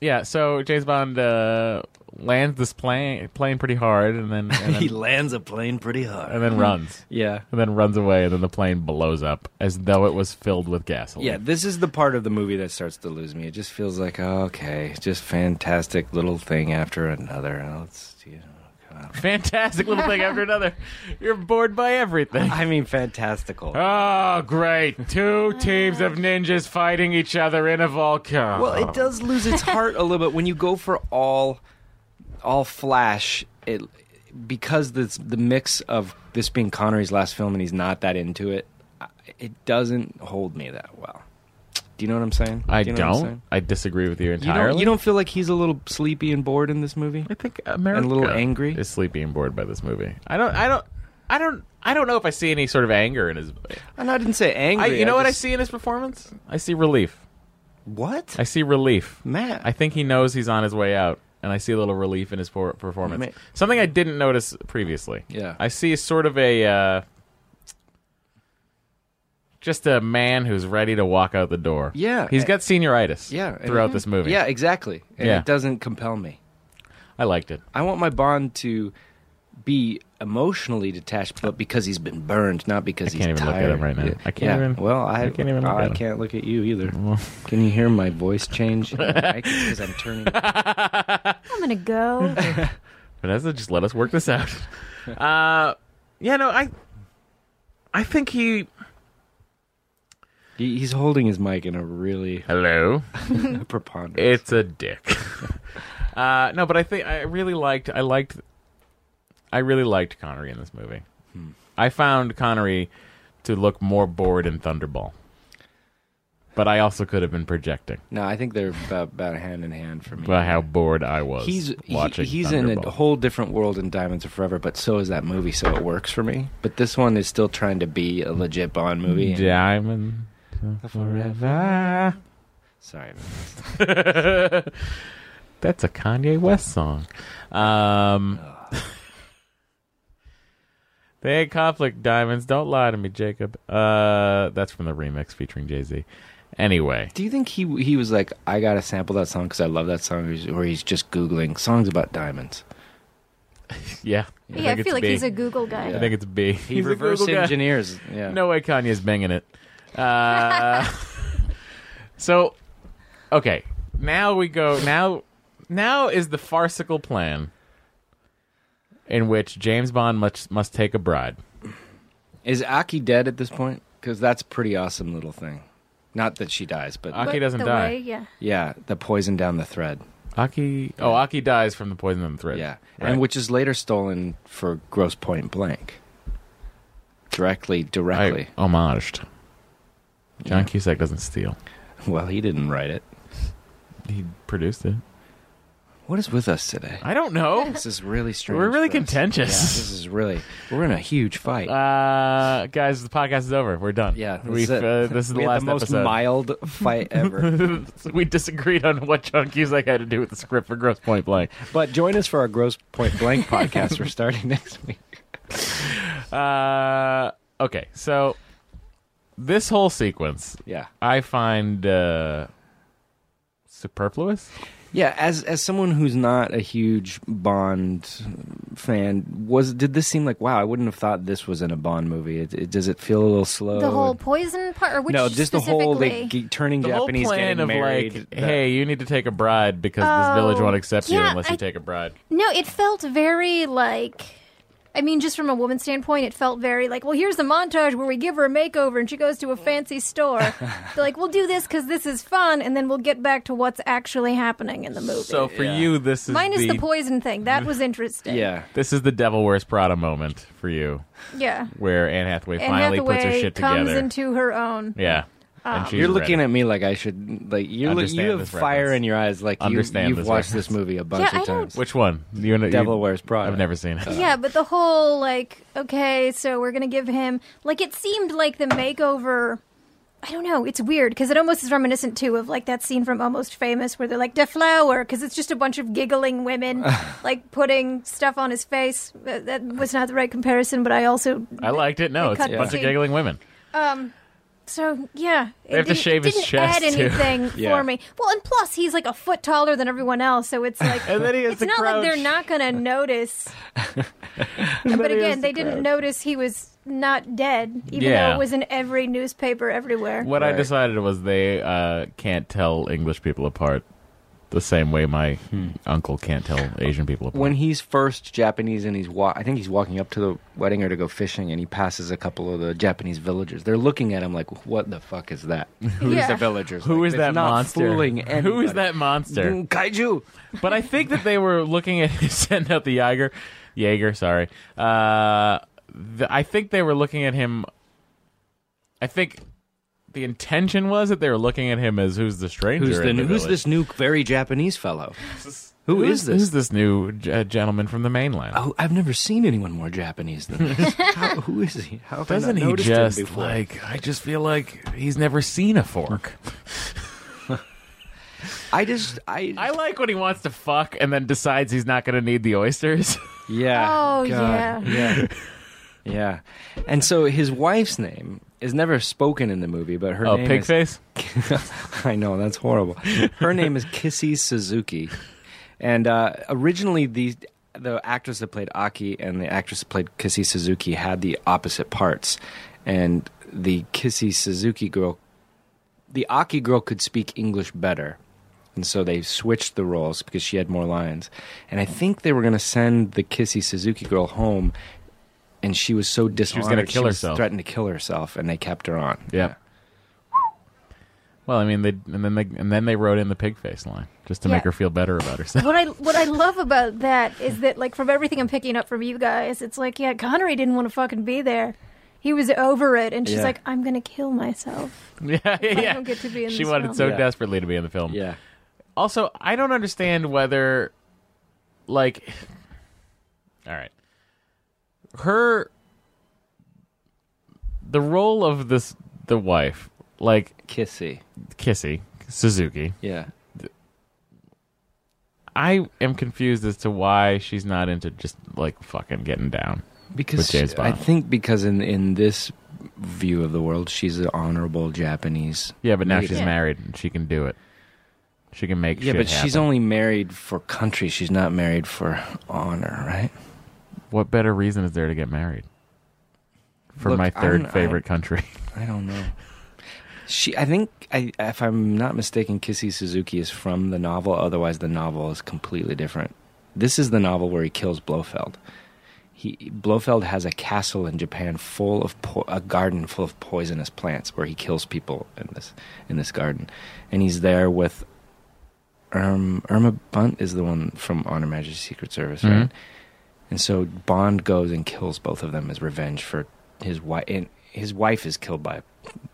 yeah. So James Bond uh, lands this plane plane pretty hard, and then and then,
lands a plane pretty hard.
and then runs,
Yeah.
and then runs away, and then the plane blows up as though it was filled with gasoline.
Yeah, this is the part of the movie that starts to lose me. It just feels like, oh, okay, just fantastic little thing after another. Oh, Let's, you know, come on.
Fantastic little thing after another. You're bored by everything.
I mean, fantastical.
Oh, great. Two teams of ninjas fighting each other in a volcano.
Well, it does lose its heart a little bit when you go for all all flash. It because this, the mix of this being Connery's last film and he's not that into it. I- It doesn't hold me that well. Do you know what I'm saying?
I
Do you know what I'm
don't.
saying?
I disagree with you
You
entirely.
don't, you don't feel like he's a little sleepy and bored in this movie?
I think America
And a little angry?
is sleepy and bored by this movie. I don't. I don't. I don't. I don't know if I see any sort of anger in his.
And I didn't say angry.
I, you know what
just-
I see in his performance? I see relief.
What?
I see relief.
Matt.
I think he knows he's on his way out. and I see a little relief in his por- performance.
Ma-
Something I didn't notice previously.
Yeah.
I see sort of a uh, just a man who's ready to walk out the door.
Yeah.
he's got senioritis.
Yeah, and-
throughout this movie.
Yeah, exactly. And
Yeah.
it doesn't compel me.
I liked it.
I want my Bond to be emotionally detached, but because he's been burned, not because
I can't
he's
even look at
tired.
him right now.
Yeah.
I can't
Yeah.
even-
Well, I,
I can't even look
I
at him.
can't look at you either. Can you hear my voice change? Because I'm turning.
I'm gonna go.
Vanessa, just let us work this out. uh, yeah, no, I I think he.
He- He's holding his mic in a really
Hello.
preponderance.
It's a dick. uh, no, but I think I really liked. I liked. I really liked Connery in this movie.
Hmm.
I found Connery to look more bored in Thunderball, but I also could have been projecting
no, I think they're about, about hand in hand for me.
by how bored I was.
he's he-
watching.
he's in
Thunderball.
a whole different world in Diamonds Are Forever, but so is that movie, so it works for me. But this one is still trying to be a legit Bond movie. and-
diamond forever.
Sorry.
That's a Kanye West song. Um, they had conflict diamonds. Don't lie to me, Jacob. Uh, that's from the remix featuring Jay Z. Anyway,
Do you think he he was like, I gotta sample that song because I love that song, or he's, or he's just googling songs about diamonds?
yeah, think
yeah, I
it's
feel like
B.
he's a Google guy.
I think it's B.
He
He's a
reverse
Google guy.
engineers. Yeah.
No way, Kanye's banging it. Uh, so, okay, now we go. Now, now is the farcical plan in which James Bond must must take a bride.
Is Aki dead at this point? Because that's a pretty awesome little thing. Not that she dies, but
Aki
But
doesn't
the
die.
way- yeah.
yeah, the poison down the thread.
Aki. Oh, Aki dies from the poison and the thread.
Yeah,
Right.
and which is later stolen for gross point blank. Directly,
I
directly.
homaged. John Cusack doesn't steal.
Well, he didn't write it.
He produced it.
What is with us today?
I don't know.
This is really strange.
We're really
for us.
contentious.
Yeah, this is really. We're in a huge fight.
Uh, guys, the podcast is over. We're done.
yeah, this
We've,
is, it.
Uh, this is the
we had
last
the most
episode.
mild fight ever.
we disagreed on what John Cusack had to do with the script for Gross Point Blank.
but join us for our gross point blank podcast. We're starting next week.
Uh, okay, so this whole sequence
Yeah,
I find uh, superfluous.
yeah. As as someone who's not a huge Bond fan, was did this seem like wow? I wouldn't have thought this was in a Bond movie. It, it, does it feel a little slow?
The whole
and-
poison part, or which
Oh. no, just the whole
specifically?
like ge- turning
The
Japanese
whole plan
getting
of
married.
like,
that-
hey, you need to take a bride because this
Oh,
village won't accept you
yeah,
unless
I-
you take a bride.
No, it felt very like. I mean, just from a woman's standpoint, it felt very like, well, here's the montage where we give her a makeover and she goes to a fancy store. They're like, we'll do this because this is fun, and then we'll get back to what's actually happening in the movie.
So for you, this is
Minus
the,
the poison thing. That was interesting.
yeah.
this is the Devil Wears Prada moment for you,
Yeah.
where Anne Hathaway
And
finally
Hathaway
puts her shit
comes
together.
into Oh. her own.
yeah, and she's
You're looking
ready.
at me like I should like you're look,
Understand
you have
this
fire
reference.
in your eyes like
Understand
you,
this
you've watched
reference.
this movie a bunch
Yeah,
of
I don't-
times.
which one? You know,
Devil
you-
Wears Prada. Uh,
I've never seen it.
Yeah, but the whole like, okay, so we're gonna give him like it seemed like the makeover. I don't know. It's weird because it almost is reminiscent too of like that scene from Almost Famous where they're like deflower because it's just a bunch of giggling women like putting stuff on his face. Uh, That was not the right comparison, but I also
I liked it. No,
They
it's a
cut
bunch
the
of
scene.
giggling women.
so yeah. They
have to shave his
it didn't
chest,
add
too.
anything
Yeah.
for me. Well, and plus he's like a foot taller than everyone else, so it's like
And then he has
it's
to
not like
crouch.
they're not gonna notice. but again, they didn't notice he was not dead, even
Yeah.
though it was in every newspaper everywhere.
What I
Right.
decided was they uh, can't tell English people apart the same way my uncle can't tell Asian people apart.
Hmm. when he's first Japanese and he's wa- I think he's walking up to the wedding or to go fishing and he passes a couple of the Japanese villagers. They're looking at him like, "What the fuck is that? Who's
Yeah.
the villagers?
Who
Like,
is
it's
that
not
monster?
Fooling
Who is
anybody.
that monster?
Mm, Kaiju.
But I think that they were looking at send out the Jaeger, Jaeger. Sorry. Uh, the, I think they were looking at him. I think the intention was that they were looking at him as who's the stranger.
Who's the,
in the
who's
village.
this new very Japanese fellow? Who
Who's-
is this?
Who's this new g- uh, gentleman from the mainland?
Oh, I've never seen anyone more Japanese than this. How, who is he? How have I not
Doesn't he
noticed him
just
before?
like? I just feel like he's never seen a fork.
I just I,
I like when he wants to fuck and then decides he's not going to need the oysters.
yeah.
Oh,
God, yeah. Yeah. And so his wife's name is never spoken in the movie, but her
oh,
name
pig
is
face.
I know that's horrible. Her name is Kissy Suzuki, and uh, originally the the actress that played Aki and the actress that played Kissy Suzuki had the opposite parts, and the Kissy Suzuki girl, the Aki girl, could speak English better, and so they switched the roles because she had more lines, and I think they were going to send the Kissy Suzuki girl home. And she was so dishonored.
was gonna kill herself.
Threatened to kill herself, and they kept her on.
Yeah. Well, I mean, they and then they and then they wrote in the pig face line just to
Yeah.
make her feel better about herself.
What I what I love about that is that like from everything I'm picking up from you guys, it's like yeah, Connery didn't want to fucking be there. He was over it, and she's
Yeah.
like, "I'm gonna kill myself.
yeah, yeah.
don't get to be in
she
this
wanted
film.
so
Yeah.
desperately to be in the film.
Yeah.
Also, I don't understand whether, like, all right, her, the role of this the wife, like
Kissy.
Kissy Suzuki.
Yeah.
I am confused as to why she's not into just like fucking getting down.
Because
With James
she-
Bond.
I think because in in this view of the world, she's an honorable Japanese.
Yeah, but now
lady.
she's married and she can do it. She can make
Yeah,
shit
but she's
happen.
only married for country. She's not married for honor, right?
What better reason is there to get married? For
Look,
my
I
3rd
don't- I-
favorite country.
I don't know. She, I think, I, if I'm not mistaken, Kissy Suzuki is from the novel. Otherwise, the novel is completely different. This is the novel where he kills Blofeld. He Blofeld has a castle in Japan full of po- a garden full of poisonous plants where he kills people in this in this garden, and he's there with um, Irma Bunt is the one from Honor Majesty's Secret Service, right? And so Bond goes and kills both of them as revenge for his wife. And his wife is killed by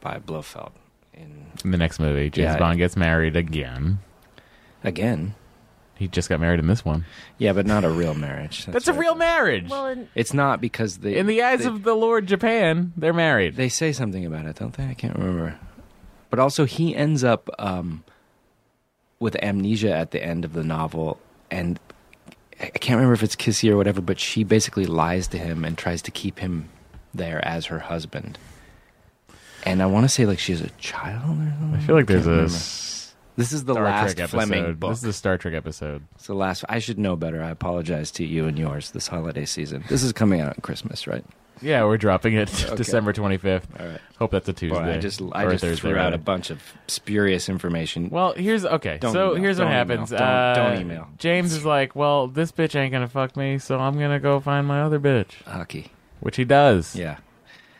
by Blofeld in,
In the next movie, James
Yeah.
Bond gets married again.
again.
He just got married in this one.
Yeah, but not a real marriage.
That's, a
right.
real marriage.
Well, and
It's not because they
in the eyes
they-
of the Lord Japan, they're married.
they say something about it, don't they? I can't remember. But also, he ends up um, with amnesia at the end of the novel, and I I can't remember if it's Kissy or whatever. But she basically lies to him and tries to keep him there as her husband. And I want to say like she has a child or something.
I feel like there's
Can't
a
remember. This is the
Star
last
Trek
Fleming
episode.
book.
This is a Star Trek episode.
it's the last. I should know better. I apologize to you and yours this holiday season. This is coming out on Christmas, right?
Yeah, we're dropping it December 25th.
All right.
Hope that's a Tuesday.
Boy, I just I
or a
just
Thursday,
threw out
rather.
a bunch of spurious information.
Well, here's okay.
Don't
so
email.
here's what
Don't
happens.
email. Don't-
Uh,
don't email.
James is like, "Well, this bitch ain't gonna fuck me, so I'm gonna go find my other bitch,"
hockey.
which he does.
Yeah.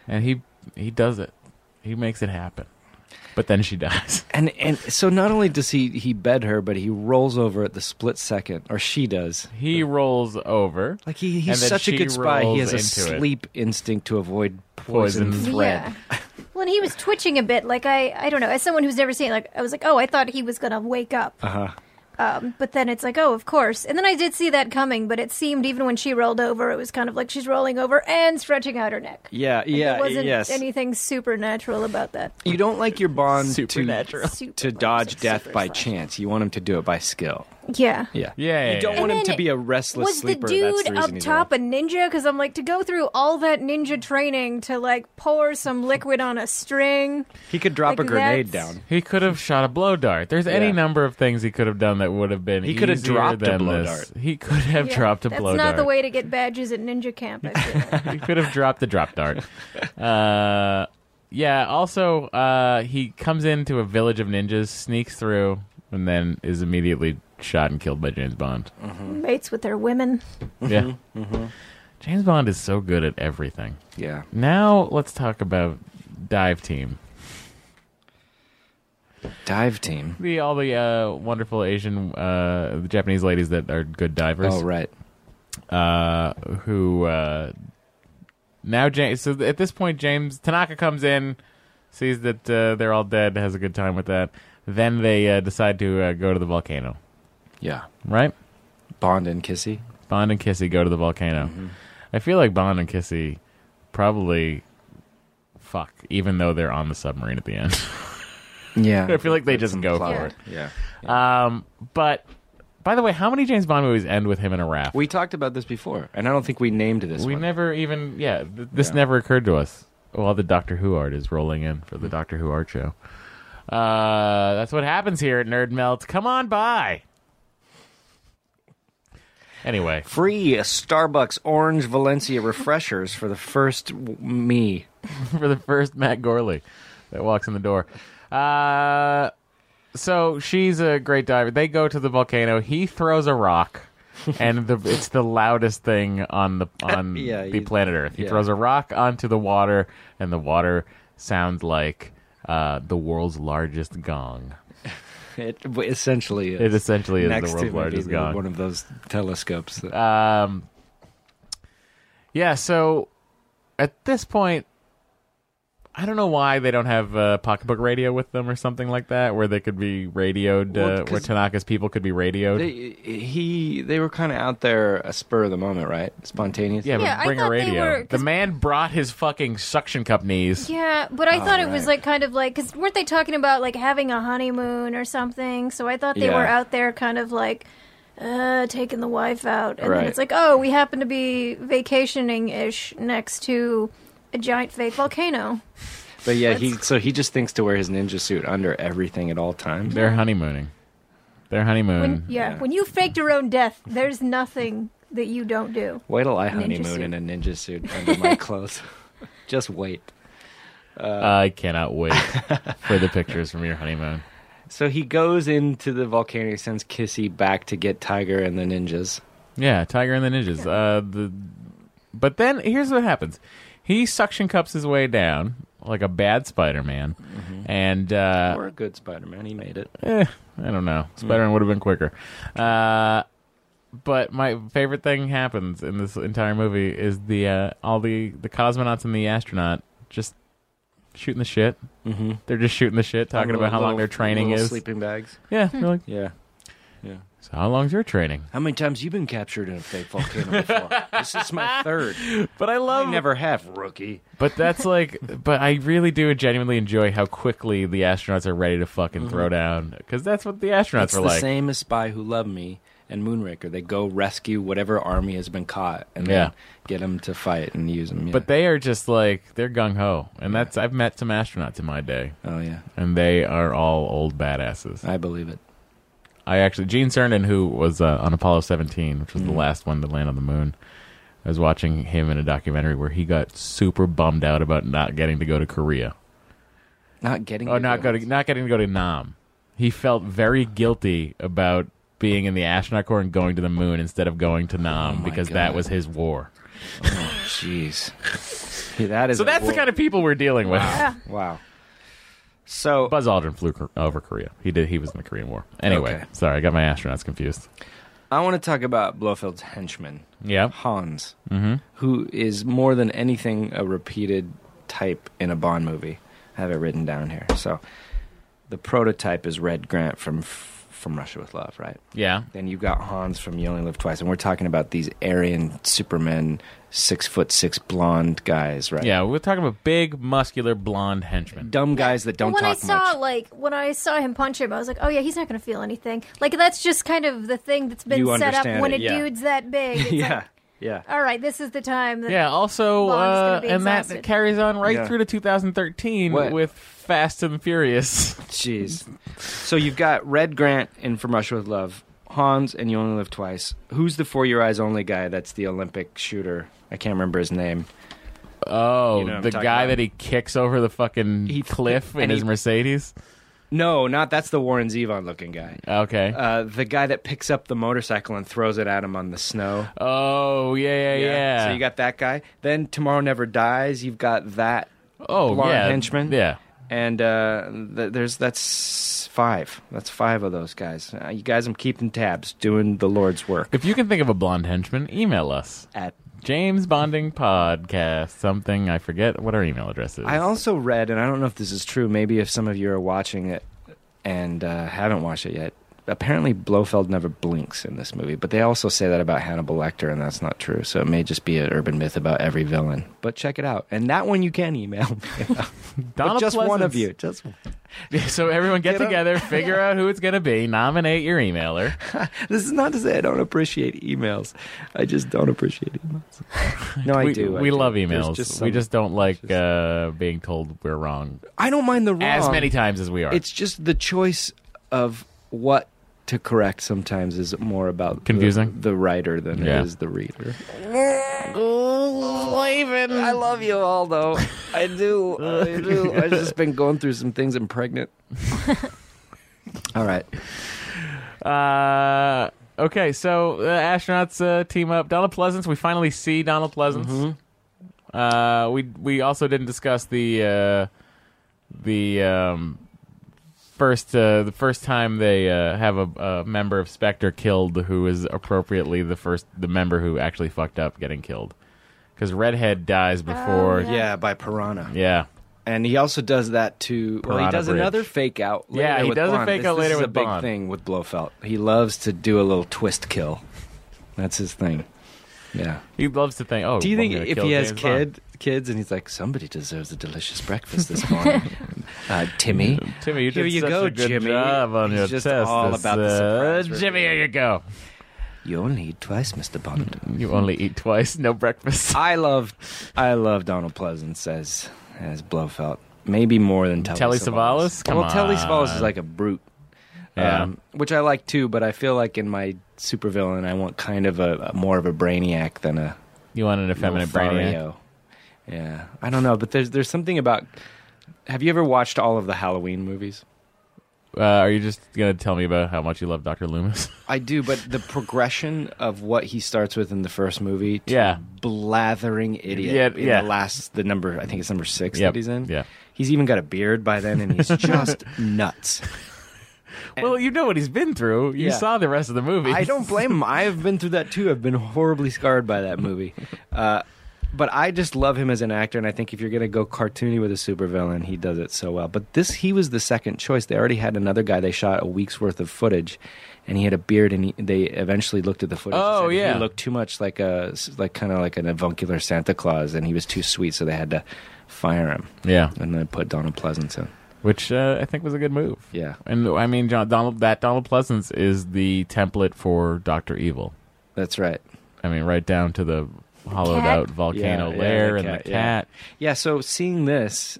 and he he does it. He makes it happen. But then she dies.
And and so not only does he he bed her, but he rolls over at the split second, or she does.
He rolls over.
Like he,
And
he's
then
such a
she
good spy. He has
rolls
a
into it.
sleep instinct to avoid poison,
Poison.
thread.
yeah. Well, and he was twitching a bit. Like I, I don't know. As someone who's never seen, it, like I was like, oh, I thought he was gonna wake up. Uh-huh. Um, but then it's like, oh, of course. And then I did see that coming. But it seemed even when she rolled over, it was kind of like she's rolling over and stretching out her neck.
Yeah,
There
yeah,
wasn't
yes.
anything supernatural about that.
you don't like your bond
Supernatural.
to, to
Super-
dodge
super
death by
slash.
chance. You want him to do it by skill.
Yeah.
Yeah.
Yeah, yeah,
You don't
yeah.
want him
And
to
then
be a restless
was
sleeper.
the
That's
dude
the reason
up
he's
top
alive.
a ninja? Because I'm like to go through all that ninja training to like pour some liquid on a string.
He could drop
like
a grenade
that's-
down.
He could have shot a blow dart. There's any
Yeah.
number of things he could have done that would have been.
He could have
easier
dropped a
than
blow
this. He could have
Yeah,
dropped a
That's
blow
not
dart.
the way to get badges at ninja camp. I feel like.
he could have dropped the drop dart. Uh, yeah. Also, uh, he comes into a village of ninjas, sneaks through, and then is immediately shot and killed by James Bond.
Mates with their women.
Yeah. James Bond is so good at everything.
Yeah.
Now let's talk about Dive Team.
Dive team.
The all the uh, wonderful Asian, uh, the Japanese ladies that are good divers.
Oh right.
uh, who uh, now James. So at this point, James Tanaka comes in, sees that uh, they're all dead, has a good time with that. Then they uh, decide to uh, go to the volcano,
Yeah.
right?
Bond and Kissy.
Bond and Kissy go to the volcano. I feel like Bond and Kissy probably fuck, even though they're on the submarine at the end.
Yeah.
I feel like they just go for it.
Yeah.
Um, but by the way, how many James Bond movies end with him in a raft?
We talked about this before, and I don't think we named this
we
one.
never even yeah. Th- this
Yeah.
never occurred to us. While the Doctor Who art is rolling in for the Doctor Who art show. Uh, that's what happens here at Nerd Melt. Come on by. Anyway,
Free Starbucks Orange Valencia refreshers for the first w- me.
for the first Matt Gorley that walks in the door. Uh, so she's a great diver. They go to the volcano. He throws a rock, and the, it's the loudest thing on the on
Yeah,
the
you-
planet Earth. He
yeah.
throws a rock onto the water, and the water sounds like uh, the world's largest gong.
It w- essentially is.
It essentially is
Next
the
to
world's
maybe
largest
the-
gong.
one of those telescopes. That,
Um, yeah, so at this point, I don't know why they don't have uh, pocketbook radio with them or something like that, where they could be radioed,
Well,
uh, where
'cause-
Tanaka's people could be radioed.
they, he, they were kind of out there a spur of the moment, right? Spontaneous.
yeah, but
Yeah, I
bring a
thought they
radio.
were-
the
'cause-
man brought his fucking suction cup knees.
Yeah, but
Oh,
I thought it was
right.
like kind of like because weren't they talking about like having a honeymoon or something? So I thought they were
Yeah.
out there kind of like uh, taking the wife out, and
Right.
then it's like, oh, we happen to be vacationing ish next to a giant fake volcano.
But yeah, he so he just thinks to wear his ninja suit under everything at all times.
They're honeymooning. They're honeymoon.
When, yeah, when you faked your own death, there's nothing that you don't do.
Wait till I
Ninja
honeymoon
suit.
in a ninja suit under my clothes. just wait.
I cannot wait for the pictures from your honeymoon.
So he goes into the volcano, he sends Kissy back to get Tiger and the ninjas.
Yeah, Tiger and the Ninjas. Uh, the, but then here's what happens: he suction cups his way down like a bad Spider-Man, and uh,
or a good Spider-Man, he made it.
eh, I don't know, Spider-Man would have been quicker. Uh, but my favorite thing happens in this entire movie is the uh, all the the cosmonauts and the astronaut just shooting the shit.
Mm-hmm.
They're just shooting the shit, talking about how long their training is.
Sleeping bags.
Yeah, they're like,
Yeah.
so how long's your training?
How many times you been captured in a fake volcano before? this is my third.
But I
I
love
never have, rookie.
But that's like, but I really do genuinely enjoy how quickly the astronauts are ready to fucking throw down because that's what the astronauts
Mm-hmm. it's
were
the
like.
same as Spy Who Loved Me and Moonraker. They go rescue whatever army has been caught and
Yeah.
then get them to fight and use them.
But they are just like they're gung ho, and that's I've met some astronauts in my day,
oh yeah,
and they are all old badasses.
I believe it.
I actually Gene Cernan, who was uh, on Apollo 17, which was
Mm-hmm.
the last one to land on the moon. I was watching him in a documentary where he got super bummed out about not getting to go to Korea.
Not getting.
Oh, not
going
going, not getting to go to Nam. He felt very guilty about being in the astronaut corps and going to the moon instead of going to Nam
Oh my
because
God.
that was his war.
Jeez. Yeah, that is.
So that's the kind of people we're dealing with.
of wow. So
Buzz Aldrin flew Kor- over Korea. He did. He was in the Korean War. Anyway,
Okay.
sorry, I got my astronauts confused.
I want to talk about Blofeld's henchman.
Yeah,
Hans, who is more than anything a repeated type in a Bond movie. I have it written down here. So the prototype is Red Grant from from Russia with Love, right?
yeah.
Then you've got Hans from You Only Live Twice, and we're talking about these Aryan Supermen, six foot six blonde guys, right?
Yeah, we're talking about big, muscular, blonde henchmen.
dumb guys that don't
when
talk
I saw
much.
like when I saw him punch him, I was like, oh yeah, he's not going to feel anything. Like that's just kind of the thing that's been
You
set up
understand
when
it,
a
yeah.
dude's that big. It's
yeah,
like,
yeah.
all right, this is the time. That
Yeah. Also,
Bond's gonna
uh,
be
and that
exhausted.
carries on right
Yeah.
through to 2013
What?
with Fast and Furious.
Jeez. So you've got Red Grant in From Russia with Love, Hans and You Only Live Twice. Who's the For Your Eyes Only guy? That's the Olympic shooter. I can't remember his name.
Oh,
You know what I'm
the
talking
guy
about.
that he kicks over the fucking
He-
cliff in
and
his
he-
Mercedes.
No, not that's the Warren Zevon looking guy.
Okay.
Uh, the guy that picks up the motorcycle and throws it at him on the snow.
oh yeah, yeah, yeah.
So you got that guy. Then Tomorrow Never Dies. You've got that.
oh
blonde
yeah,
henchman.
Yeah.
And uh, th- there's that's five. That's five of those guys. Uh, you guys, I'm keeping tabs, doing the Lord's work.
If you can think of a blonde henchman, email us
At
James Bonding Podcast something I forget what our email address is.
I also read, and I don't know if this is true. Maybe if some of you are watching it and uh, haven't watched it yet, apparently Blofeld never blinks in this movie. But they also say that about Hannibal Lecter, and that's not true. So it may just be an urban myth about every villain. But check it out, and that one you can email. But
Donald
just one of
Pleasance.
you, just one.
So everyone get,
Get up.
together, figure out who it's going to be, nominate your emailer.
This is not to say I don't appreciate emails. I just don't appreciate emails. No, I
we,
do. I
we
do.
love
There's
emails.
some-
we just don't like uh, being told we're wrong
I don't mind the wrong.
as many times as we are.
It's just the choice of what to correct sometimes is more about the-
Confusing?
the, writer than
Yeah.
it is the reader.
Laven.
I love you all, though. I do. I do. I've just been going through some things. I'm pregnant. all right.
Uh, okay, so uh, astronauts uh, team up. Donald Pleasance. We finally see Donald Pleasance.
Mm-hmm.
Uh, we we also didn't discuss the uh, the um, first uh, the first time they uh, have a, a member of Spectre killed, who is appropriately the first the member who actually fucked up getting killed, because Redhead dies before.
yeah.
Yeah, by Piranha.
yeah.
And he also does that to. well,
Piranha
he does
Bridge.
another fake out. Later
Yeah, he
with
does a
Bond.
fake
This-
out
this
later
is a
with
big
Bond.
thing with Blofeld. He loves to do a little twist kill. That's his thing. Yeah.
He loves to think. Oh,
Do you
I'm
think
gonna
if
kill
he has
James Bond.
kid kids and he's like, somebody deserves a delicious breakfast this morning, uh, Timmy?
Timmy, you
Here
did
you
such
go,
a good
Jimmy.
job on
He's
your
just
test.
all
It's,
about the
uh,
surprise
Jimmy, here you go.
You only eat twice, Mr. Bond.
You only eat twice, no breakfast.
I love, I love Donald Pleasance as as Blofeld. Maybe more than Telly,
Telly
Savalas.
Savalas? Come
well, Telly
on.
Savalas is like a brute, um,
Yeah.
which I like too. But I feel like in my supervillain, I want kind of a, a more of a brainiac than a
You want an effeminate brainiac?
Lothario. Yeah, I don't know, but there's there's something about. Have you ever watched all of the Halloween movies?
Uh, are you just gonna tell me about how much you love Dr. Loomis?
I do, but the progression of what he starts with in the first movie, to
Yeah.
blathering idiot
Yeah,
in
yeah.
the last, the number I think it's number six
Yep,
that he's in.
yeah.
he's even got a beard by then, and he's just nuts.
well, you know what he's been through. You
Yeah.
saw the rest of the movie.
I don't blame him. I've been through that too. I've been horribly scarred by that movie. Uh, but I just love him as an actor, and I think if you're going to go cartoony with a supervillain, he does it so well. But this, he was the second choice. They already had another guy. They shot a week's worth of footage, and he had a beard, and he, they eventually looked at the footage. and
Oh,
said
yeah.
he looked too much like a like kind of like an avuncular Santa Claus, and he was too sweet, so they had to fire him,
Yeah,
and then put Donald Pleasance in.
which uh, I think was a good move.
Yeah,
And I mean, John, Donald, that Donald Pleasance is the template for Doctor Evil.
that's right.
I mean, right down to the hollowed
cat?
out volcano
Yeah, yeah,
lair
the
and
cat,
the
yeah.
cat.
Yeah, so seeing this,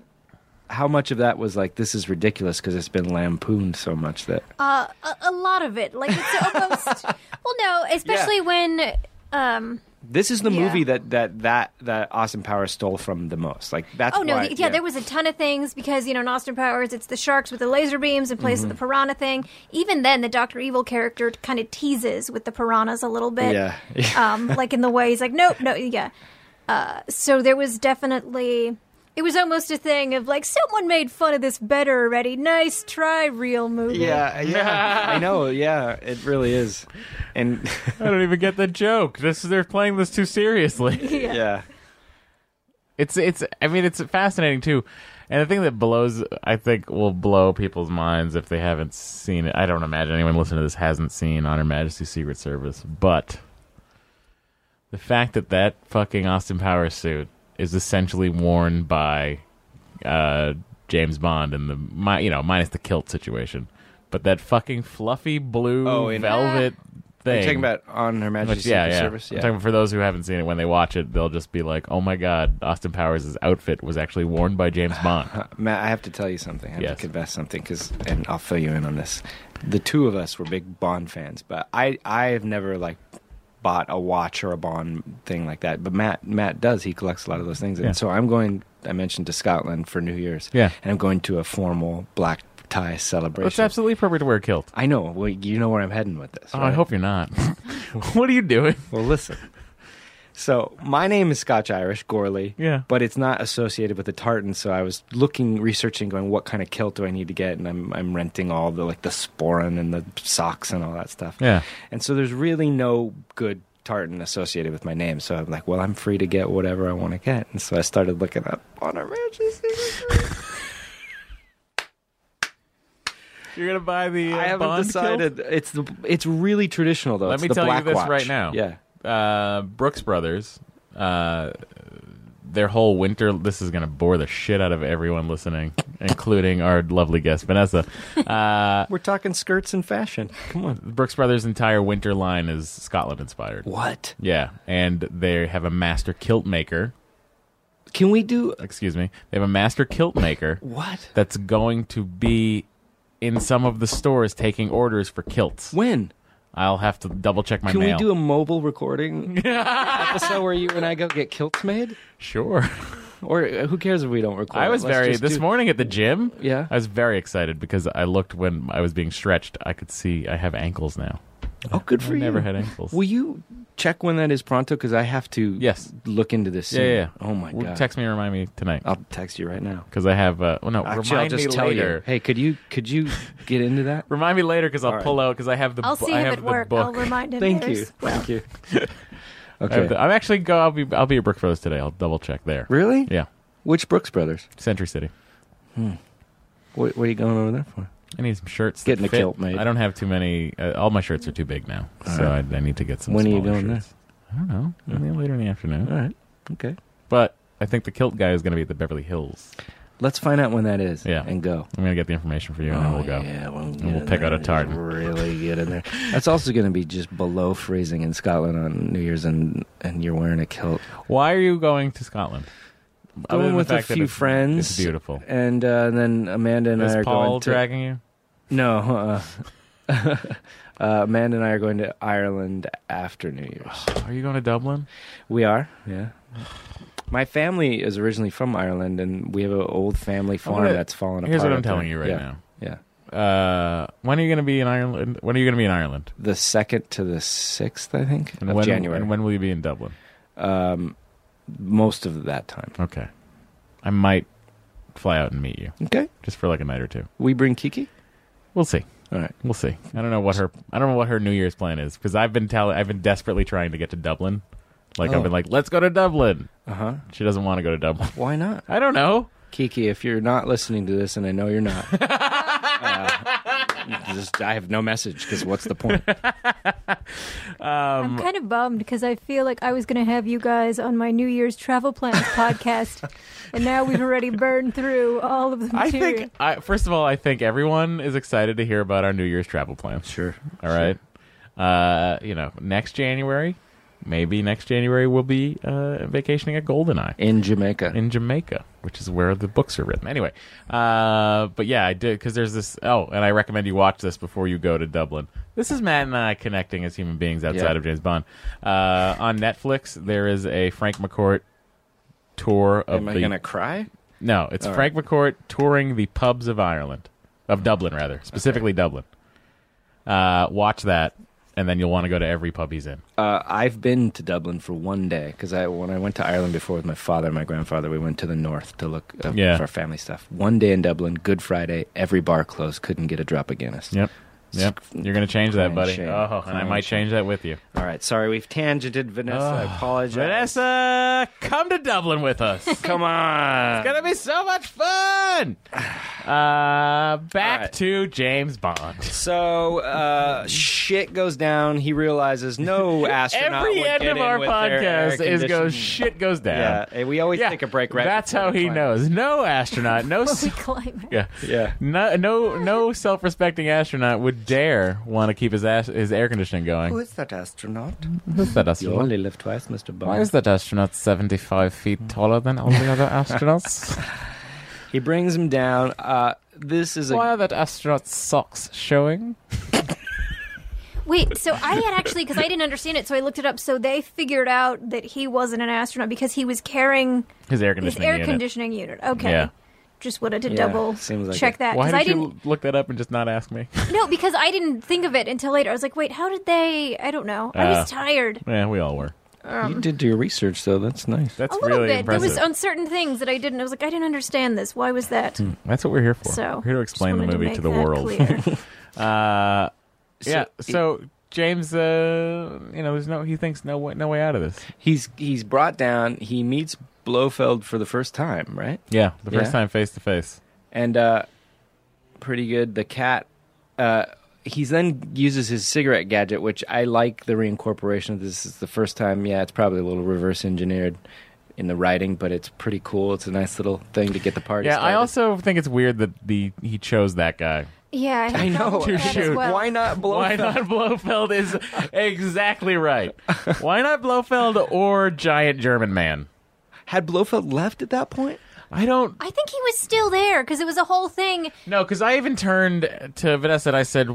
how much of that was like this is ridiculous because it's been lampooned so much that
Uh, a, a lot of it. Like it's almost. well, no, especially when. Um,
this is the
Yeah.
movie that that that that Austin Powers stole from the most. Like that's
oh no,
why,
the, yeah, there was a ton of things because you know in Austin Powers it's the sharks with the laser beams in
Mm-hmm.
place of the piranha thing. Even then, the Doctor Evil character kind of teases with the piranhas a little bit.
yeah.
um, like in the way he's like, nope, no, yeah. Uh, so there was definitely, it was almost a thing of like, someone made fun of this better already. Nice try, real movie.
Yeah, yeah, I know. Yeah, it really is, and
I don't even get the joke. This they're playing this too seriously.
yeah,
It's it's. I mean, it's fascinating too. And the thing that blows, I think, will blow people's minds if they haven't seen it. I don't imagine anyone listening to this hasn't seen On Her Majesty's Secret Service, but the fact that that fucking Austin Power suit is essentially worn by uh, James Bond and the mi- you know minus the kilt situation, but that fucking fluffy blue
Oh, in-
velvet
Are
thing.
you talking about on Her Majesty's
Which, yeah,
Secret
yeah.
Service.
I'm talking for those who haven't seen it, when they watch it, they'll just be like, "Oh my god, Austin Powers' outfit was actually worn by James Bond."
Matt, I have to tell you something. I have
Yes.
to confess something, cause, and I'll fill you in on this. The two of us were big Bond fans, but I I have never like bought a watch or a Bond thing like that. But Matt Matt does. He collects a lot of those things,
Yeah.
and so I'm going. I mentioned to Scotland for New Year's.
Yeah.
and I'm going to a formal black tie celebration.
It's absolutely appropriate to wear a kilt.
I know. Well, you know where I'm heading with this.
Oh, I
right?
hope you're not. what are you doing?
Well, listen. So my name is Scotch Irish Gorley.
Yeah.
But it's not associated with the tartan, so I was looking, researching, going, what kind of kilt do I need to get? And I'm I'm renting all the like the sporan and the socks and all that stuff.
Yeah.
And so there's really no good tartan associated with my name. So I'm like, well, I'm free to get whatever I want to get. And so I started looking up on our matches.
You're gonna buy the uh,
I haven't
Bond
decided. It's the it's really traditional though.
Let
It's
me
the
tell you
black
this
watch.
right now.
Yeah.
kilt? Uh, Brooks Brothers. Uh, their whole winter. This is going to bore the shit out of everyone listening, including our lovely guest Vanessa. Uh,
We're talking skirts and fashion.
come on, Brooks Brothers' entire winter line is Scotland inspired.
What?
Yeah, and they have a master kilt maker.
Can we do
Excuse me, they have a master kilt maker
what?
that's going to be in some of the stores taking orders for kilts.
When?
I'll have to double check my
Can
mail.
we do a mobile recording episode where you and I go get kilts made?
sure.
Or uh, who cares if we don't record?
I was
Let's
very
just
this
do-
morning at the gym.
Yeah.
I was very excited because I looked when I was being stretched. I could see I have ankles now.
Oh, good for
I
you.
never had ankles.
Will you check when that is pronto? Because I have to
Yes.
look into this.
yeah,
soon.
yeah, yeah.
Oh my
Well,
god.
Text me and remind me tonight
I'll text you right now.
because I have. Uh, well, no,
Actually, I'll
remind
just
me
tell
later.
you. Hey, could you could you get into that?
Remind me later because I'll
All right.
pull out because I have the.
I'll
bu-
see
I
him
have
at
the
work.
book.
I'll remind him.
Thank you.
there's-
Thank you.
I have
Okay.
the- I'm actually go. I'll be. I'll be at Brook Brothers today. I'll double check there.
Really?
Yeah,
Which Brooks Brothers?
Century City.
What, what are you going over there for?
I need some shirts. that
Getting a
fit.
kilt made.
I don't have too many. Uh, all my shirts are too big now, so I, I need to get some.
When are you
smaller
going
shirts. I don't know. Maybe later in the afternoon.
All right. Okay.
But I think the kilt guy is going to be at the Beverly Hills.
Let's find out when that is.
Yeah.
And go.
I'm gonna get the information for you, and then
Oh,
we'll go.
Yeah, when we
we'll
get in
pick
there,
out a
just
tartan.
Really get in there. That's also going to be just below freezing in Scotland on New Year's, and and you're wearing a kilt.
Why are you going to Scotland? Other
Going
than the
with a
fact that
few
it's-
friends.
It's beautiful.
And, uh, then Amanda and I
Is
are
Paul
going to
dragging you?
no. Uh, uh, Amanda and I are going to Ireland after New Year's.
Are you going to Dublin?
We are. Yeah. My family is originally from Ireland, and we have an old family farm
gonna-
that's fallen
Oh, Here's
apart.
what I'm
up there.
telling you right
Yeah,
now.
Yeah.
Uh, when are you going to be in Ireland? When are you going to be in Ireland?
The second to the sixth, I think, of
when,
January.
And when will you be in Dublin?
um, most of that time.
Okay, I might fly out and meet you
Okay.
just for like a night or two.
We bring Kiki.
We'll see.
All right.
We'll see. I don't know what her I don't know what her New Year's plan is because I've been telling I've been desperately trying to get to Dublin. Like
Oh.
I've been like, let's go to Dublin.
Uh huh.
She doesn't want to go to Dublin.
Why not,
I don't know.
Kiki? If you're not listening to this, and I know you're not, uh, just I have no message because what's the point?
Um,
I'm kind of bummed because I feel like I was going to have you guys on my New Year's travel plans podcast, and now we've already burned through all of the
I
material.
think I, first of all, I think everyone is excited to hear about our New Year's travel plans.
Sure.
All right. Uh, you know, next January, maybe next January we'll be uh, vacationing at Goldeneye
In Jamaica.
in Jamaica, which is where the books are written. Anyway, uh, but yeah, I did because there's this. Oh, and I recommend you watch this before you go to Dublin. This is Matt and I connecting as human beings outside
Yeah.
of James Bond. Uh, on Netflix, there is a Frank McCourt tour of
Am
the
I gonna cry?
no, it's
All right.
Frank McCourt touring the pubs of Ireland, of Dublin rather, specifically Dublin. Uh, watch that, and then you'll want to go to every pub he's in.
Uh, I've been to Dublin for one day because I when I went to Ireland before with my father and my grandfather, we went to the north to look up
Yeah.
for our family stuff. One day in Dublin, Good Friday, every bar closed, couldn't get a drop of Guinness.
Yep, yep. You're gonna change that,
Crying
buddy.
shame.
Oh, and I
Crying
might
shame.
change that with you.
All right, sorry, we've tangented Vanessa. I apologize.
Ah, Vanessa, come to Dublin with us. it's
come on.
gonna be so much fun. Uh, back
right.
to James Bond.
So uh, shit goes down. He realizes no astronaut
Every
would
end
get
of
in
our
with their air
podcast is
conditioning.
goes shit goes down.
Yeah, and we always
Yeah,
take a break right.
That's
before
how
we
he
climb.
knows. No astronaut, no
we climb.
Yeah.
Yeah.
No, no, no self-respecting astronaut would dare want to keep his as- his air conditioning
Who
going.
is that astronaut?
Who's that
You only live twice, Mr. Bond.
Why is that astronaut seventy-five feet taller than all the other astronauts?
He brings him down. Uh, this is a
Why are that astronaut's socks showing?
Wait, so I had actually because I didn't understand it, so I looked it up. So they figured out that he wasn't an astronaut because he was carrying
His air
his
conditioning
air
unit.
conditioning unit. Okay.
Yeah.
Just wanted to
Yeah,
double
seems like
check
it.
that
Why
because
did
I
you
didn't
look that up and just not ask me?
no because I didn't think of it until later. I was like, wait, how did they? I don't know. I
Uh,
was tired.
yeah, we all were.
you did do your research though. That's nice.
That's
a little
really
bit.
impressive.
There was on certain things that I didn't. I was like, I didn't understand this. Why was that?
That's what we're Hmm. here for.
So
we're here to
just
explain the
wanted
movie to,
make
the
that
world.
clear.
Uh, yeah.
So-
So James, uh, you know, there's no. He thinks no way, no way out of this.
He's he's brought down. He meets Blofeld for the first time, right?
Yeah, the first
Yeah.
time face to face.
and uh, pretty good. The cat. Uh, he's then uses his cigarette gadget, which I like the reincorporation of this. It's the first time. Yeah, it's probably a little reverse engineered. in the writing, but it's pretty cool. It's a nice little thing to get the party.
Yeah, I
started.
also think it's weird that the he chose that guy.
Yeah, I, had
I know.
problems with
To
that as
shoot.
well.
Why not blow?
Why not Blofeld is exactly right. Why not Blofeld or giant German man?
Had Blofeld left at that point?
I don't
I think he was still there because it was a whole thing.
know because I even turned to Vanessa and I said,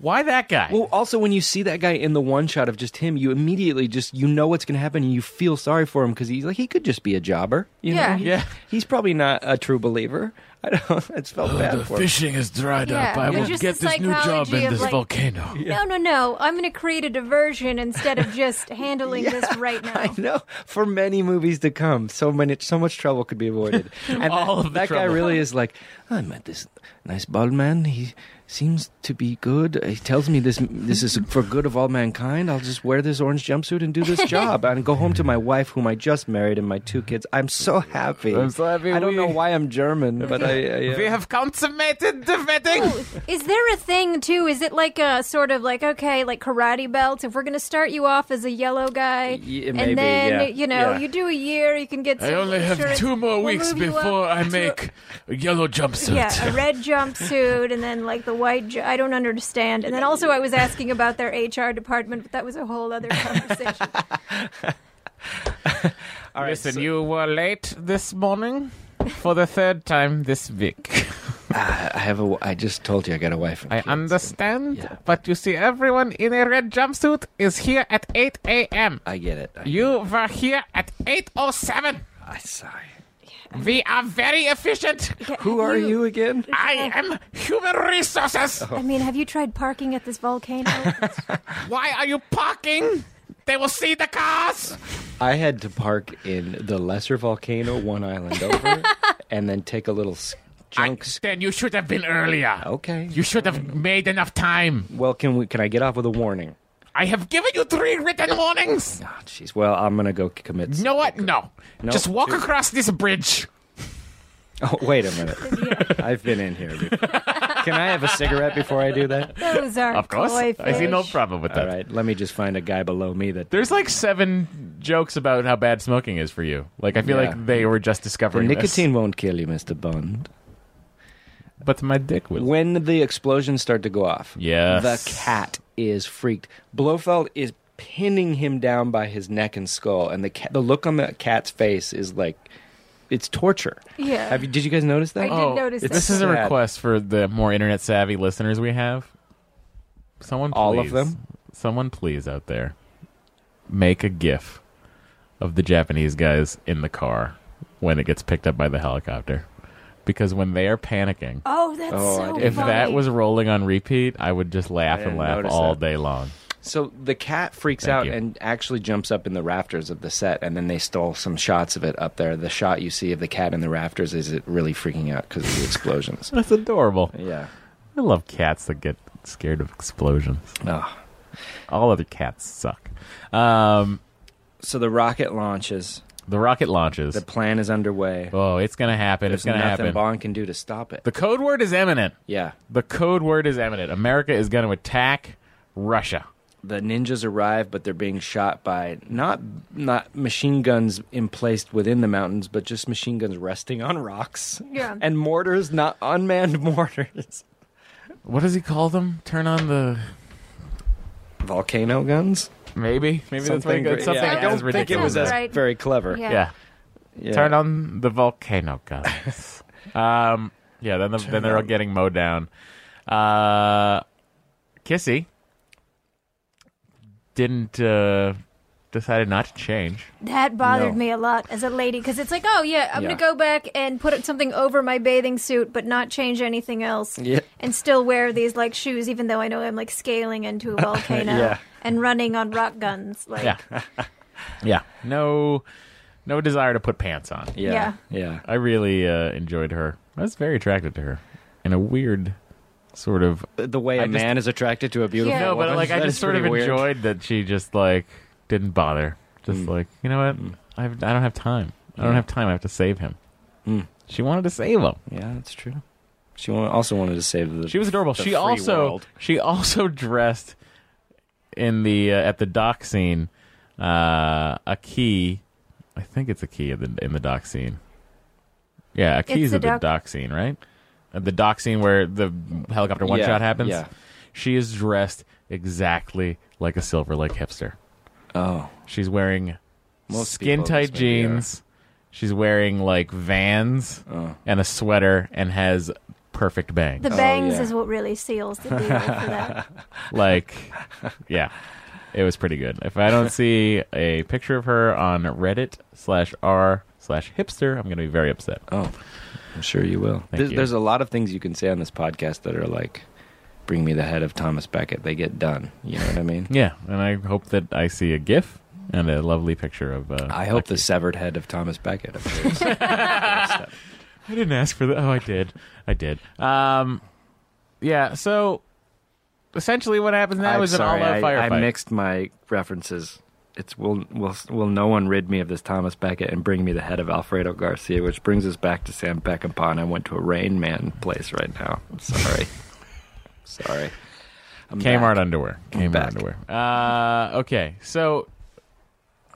"Why that guy?"
Well, also when you see that guy in the one shot of just him, you immediately just you know what's going to happen, and you feel sorry for him because he's like he could just be a jobber. You know?
Yeah.
He-
Yeah.
He's probably not a true believer. I don't. It's felt
Oh,
bad for him.
Fishing has dried
Yeah,
up. I
you're
will
just
get
the
this new job
psychology
in
of,
this
like-
volcano.
No, no, no. I'm going to create a diversion instead of just handling this right now.
I know for many movies to come, so many, so much trouble could be avoided. And
All
that,
of the
that guy
trouble.
really is like, "Oh, I met this nice bald man. He seems to be good. He tells me this this is for good of all mankind. I'll just wear this orange jumpsuit and do this job and go home to my wife, whom I just married, and my two kids. I'm so happy.
I'm so happy
I don't
we-
know why I'm German, but I. I uh,
we have consummated the wedding.
Is there a thing too? Is it like a sort of like okay, like karate belts? If we're gonna start you off as a yellow guy,
Y-
and
maybe,
then
yeah,
you know
yeah.
you do a year, you can get. Some
I only have
insurance.
two more
We'll
weeks
move you
before
up
I
to-
make a yellow jumpsuit.
Yeah, a red jumpsuit, and then like the white. Ju- I don't understand. And then also, I was asking about their HR department, but that was a whole other conversation.
Listen, you were late this morning for the third time this week.
I have a. w- I just told you I got a wife. And
I
kids.
understand,
Yeah.
but you see, everyone in a red jumpsuit is here at 8 a.m.
I get it. I,
You were here at 8.07.
I sorry.
We are very efficient.
Who are you again?
I am human resources.
Oh.
I mean, have you tried parking at this volcano?
Why are you parking? They will see the cars.
I had to park in the lesser volcano one island over and then take a little s- junk. s-
Then you should have been earlier.
okay.
You should have made enough time.
well, can we? Can I get off with a warning?
I have given you three written warnings.
Ah, jeez. Well, I'm gonna go c- commit. s-
You know what? No.
No.
Just walk
Dude.
across this bridge.
Oh, wait a minute. I've been in here. Before. Can I have a cigarette before I do that?
Those are koi
I see no
Oh, fish.
problem with that.
All right. Let me just find a guy below me that.
There's like seven jokes about how bad smoking is for you. Like I feel
Yeah.
like they were just
The
discovering this.
nicotine won't kill you, Mr. Bond.
but my dick will.
When the explosions start to go off,
Yes.
the cat is freaked. Blofeld is pinning him down by his neck and skull, and the cat, the look on the cat's face is like it's torture.
Yeah.
Have you, did you guys notice that?
I
Oh,
did notice
it's-
that.
This is a
Sad.
request for the more internet savvy listeners we have. Someone, please,
All of them?
Someone, please, out there, make a GIF of the Japanese guys in the car when it gets picked up by the helicopter, because when they are panicking,
Oh, that's
Oh, I
so.
didn't
if that
funny.
was rolling on repeat, I would just laugh
I
and
didn't
laugh
notice
all
that.
day long.
So the cat freaks
Thank
out
you.
and actually jumps up in the rafters of the set, and then they stole some shots of it up there. The shot you see of the cat in the rafters is it really freaking out because of the explosions.
That's adorable.
yeah.
I love cats that get scared of explosions.
Oh.
All other cats suck. Um,
So the rocket launches.
the rocket launches.
The plan is underway.
oh, it's gonna happen.
There's
it's gonna
nothing
happen.
Bond can do to stop it.
The code word is imminent.
yeah.
The code word is imminent. America is going to attack Russia.
the ninjas arrive, but they're being shot by not not machine guns emplaced within the mountains, but just machine guns resting on rocks.
Yeah.
And mortars, not unmanned mortars.
What does he call them? Turn on the
Volcano guns.
maybe maybe that's what he goes- something
yeah, I
as
don't think it
ridiculous.
was
as-
as
Right.
very clever.
Yeah.
that. yeah. Turn on the volcano guns. um, yeah. Then the, then they're all getting mowed down. Uh, Kissy didn't uh, decided not to change.
That bothered
No.
me a lot as a lady because it's like, oh yeah, I'm
Yeah.
gonna go back and put something over my bathing suit, but not change anything else,
Yeah.
and still wear these like shoes, even though I know I'm like scaling into a volcano
Yeah.
and running on rock guns. Like,
Yeah. yeah. No, no desire to put pants on.
Yeah. Yeah.
I really uh, enjoyed her. I was very attracted to her in a weird sort of.
The way a
I just-
man is attracted to a beautiful
Yeah. No,
No, but
woman,
like I
that
just
is
sort of
pretty weird. Mm.
enjoyed that she just like didn't bother. Just like you know what, I've, I don't have time. I don't
Yeah.
have time. I have to save him.
Mm.
She wanted to save him.
Yeah, that's true. She wa- also wanted to save the.
She was adorable.
the
She
free
also
world.
she also dressed in the uh, at the dock scene uh, a key I think it's a key in the in the dock scene. Yeah, a key's
the
at the
dock-
dock-, scene, right? At the dock scene where the helicopter one
Yeah,
shot happens.
yeah.
She is dressed exactly like a Silver Lake hipster.
Oh,
She's wearing
Most people in
skin
this
tight
movie are.
jeans. She's wearing like Vans
Oh.
and a sweater and has perfect bangs.
The bangs
yeah.
is what really seals the deal for that.
like, yeah, it was pretty good. If I don't see a picture of her on Reddit slash r slash hipster, I'm gonna be very upset.
oh, I'm sure you will. There's,
you.
there's a lot of things you can say on this podcast that are like, "Bring me the head of Thomas Beckett." They get done. You know what I mean?
Yeah, and I hope that I see a GIF and a lovely picture of. Uh,
I hope
Lucky.
the severed head of Thomas Beckett. appears.
I didn't ask for that. Oh, I did. I did. Um, yeah. So, essentially, what happens now
I'm
is
sorry,
an
I-
all-out firefight.
I mixed my references. It's will will will no one rid me of this Thomas Beckett and bring me the head of Alfredo Garcia, which brings us back to Sam Peckinpah. And I went to a Rain Man place right now. I'm sorry, sorry. I'm
Kmart
back.
underwear. Kmart
back.
underwear. Uh, okay, so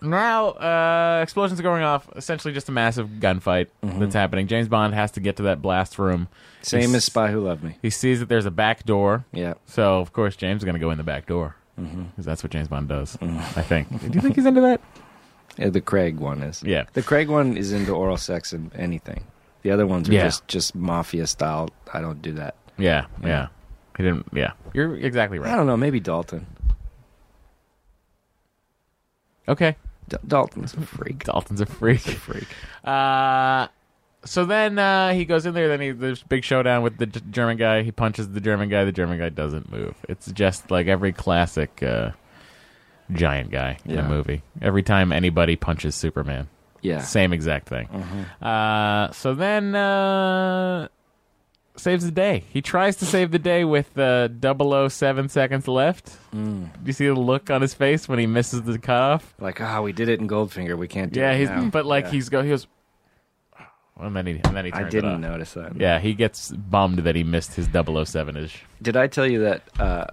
now uh, explosions are going off. Essentially, just a massive gunfight that's happening. James Bond has to get to that blast room.
Mm-hmm. Same as
He s-
Spy Who Loved Me.
He sees that there's a back door.
Yeah.
So of course James is going to go in the back door because
Mm-hmm.
that's what James Bond does. I think. Do you think he's into that?
Yeah, the Craig one is.
Yeah.
The Craig one is into oral sex and anything. The other ones are
Yeah.
just just mafia style. I don't do that.
Yeah. Yeah. He didn't. Yeah. You're exactly
I
right.
don't know. Maybe Dalton.
Okay.
D- Dalton's a freak.
Dalton's a freak.
freak.
Uh, so then uh, he goes in there. Then he there's a big showdown with the G- German guy. He punches the German guy. The German guy doesn't move. It's just like every classic uh, giant guy in
Yeah.
a movie. Every time anybody punches Superman,
Yeah. Mm-hmm.
same exact thing. Uh, so then uh, saves the day. He tries to save the day with uh, 007 seconds left.
Mm.
Do you see the look on his face when he misses the cutoff?
Like, ah, we did it in Goldfinger. We can't do
Yeah,
it
he's
now.
but like
Yeah.
he's go he goes "Oh," and then he and then he
I
turns it off.
didn't notice that.
Yeah, he gets bummed that he missed his 007 ish.
Did I tell you that uh,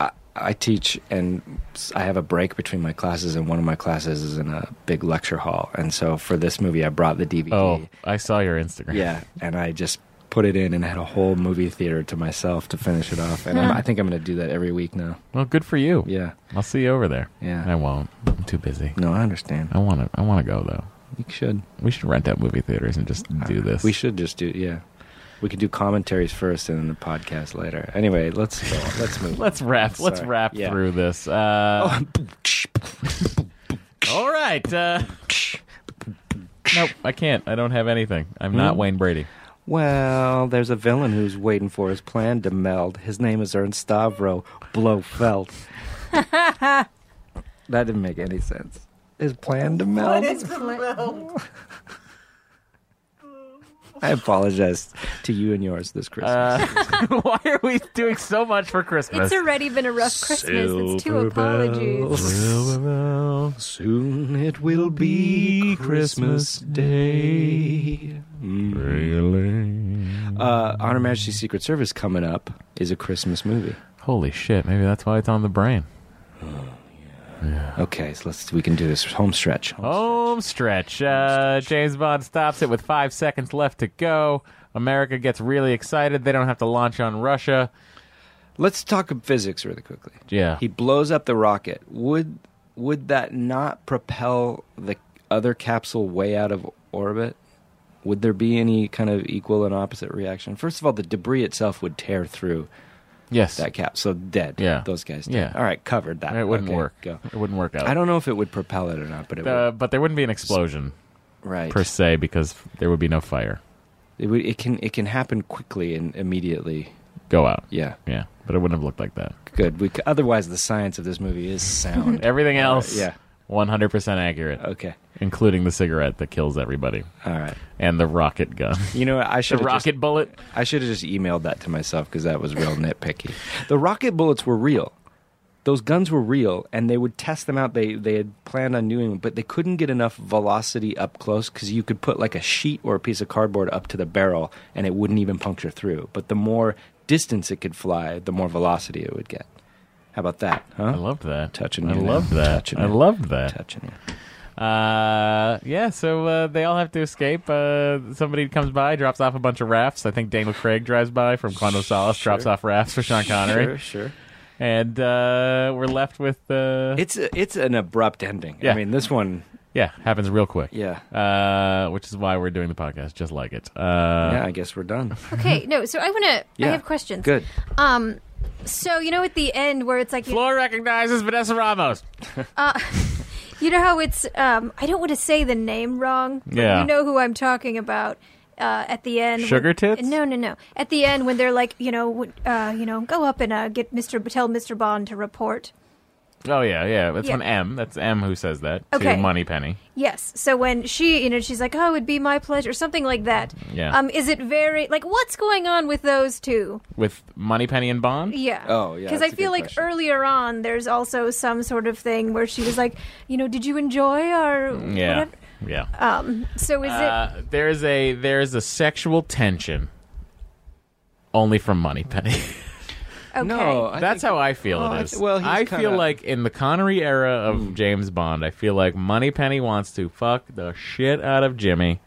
I, I teach and s- I have a break between my classes, and one of my classes is in a big lecture hall. And so for this movie, I brought the DVD.
Oh, I saw your Instagram.
Yeah, and I just put it in and had a whole movie theater to myself to finish it off. And I'm, I think I'm going to do that every week now.
Well, good for you.
Yeah.
I'll see you over there.
Yeah.
I won't. I'm too busy.
No, I understand.
I want to. I want to go though.
You should.
We Oh, should rent out movie theaters and just do this.
We should just do. Yeah. We could do commentaries first and then the podcast later. Anyway, let's go. Let's move. on.
Let's wrap. Let's
Sorry.
wrap
Yeah. Oh.
through this. Uh, all right. Uh, nope. I can't. I don't have anything. I'm
Hmm?
not Wayne Brady.
Well, there's a villain who's waiting for his plan to meld. His name is Ernst Stavro Blofeld. that didn't make any sense. His plan to meld? I apologize to you and yours this Christmas.
Why are we doing so much for Christmas?
It's already been a rough Christmas. It's two apologies.
Soon it will be Christmas Day. Uh, Honor Majesty's Secret Service coming up is a Christmas movie.
Holy shit! Maybe that's why it's on the brain.
Okay, so let's we can do this home stretch.
Home stretch. Uh, James Bond stops it with five seconds left to go. America gets really excited. They don't have to launch on Russia.
Let's talk of physics really quickly.
Yeah.
He blows up the rocket. Would would that not propel the other capsule way out of orbit? Would there be any kind of equal and opposite reaction? First of all, the debris itself would tear through
Yes.
that cap. So dead.
Yeah.
Those guys dead.
Yeah.
All right, covered that.
it wouldn't
Okay,
work.
Go.
It wouldn't work out.
I don't know if it would propel it or not, but it
Uh, but there wouldn't be an explosion
would. Right.
per se because there would be no fire.
it, would, it can it can happen quickly and immediately.
Go out.
Yeah.
Yeah. But it wouldn't have looked like that.
Good. We, c- otherwise, the science of this movie is sound.
Everything else.
yeah.
100% accurate,
okay.
including the cigarette that kills everybody
All right.
and the rocket gun.
You know, what? I
the
should
rocket bullet.
I should have just emailed that to myself because that was real nitpicky. The rocket bullets were real. Those guns were real, and they would test them out. They they had planned on doing, it, but they couldn't get enough velocity up close because you could put like a sheet or a piece of cardboard up to the barrel, and it wouldn't even puncture through. But the more distance it could fly, the more velocity it would get. How about that? Huh?
I loved that.
Touching
I
you now.
loved that.
Touching
I
you.
loved that.
touching it.
Uh, yeah, so uh, they all have to escape. Uh, somebody comes by, drops off a bunch of rafts. I think Daniel Craig drives by from Quantum of Solace, drops off rafts for Sean Connery,
Sure, sure.
and uh, we're left with uh,
It's a, it's an abrupt ending.
Yeah.
I mean, this one.
yeah, happens real quick.
Yeah.
Uh, which is why we're doing the podcast just like it. Uh,
yeah, I guess we're done.
Okay, no. So I want to. I
Yeah.
have questions.
Good.
Um, so you know at the end where it's like you,
Floor recognizes Vanessa Ramos.
you know how it's um I don't want to say the name wrong. but
Yeah.
You know who I'm talking about. Uh, at the end,
Sugar
when,
tits?
No, no, no. At the end, when they're like, you know, w- uh, you know, go up and uh, get Mr. B- Tell Mr. Bond to report.
Oh yeah, yeah. That's
Yeah.
when M. That's M who says that to
Okay.
Money Penny.
Yes. So when she, you know, she's like, oh, it'd be my pleasure, something like that.
Yeah.
Um, is it very like what's going on with those two?
with Money Penny and Bond.
Yeah.
Oh, yeah,
Because I
that's a
feel
good
like
question.
earlier on, there's also some sort of thing where she was like, you know, did you enjoy our
Yeah,
whatever?
yeah.
Um. So is
Uh, there's a there's a sexual tension only from Money Penny.
it okay?
No, I
That's
think-
how I feel
Oh, I
it is.
th- well, he's
I feel
kinda-
like in the Connery era of James Bond, I feel like Money Penny wants to fuck the shit out of Jimmy,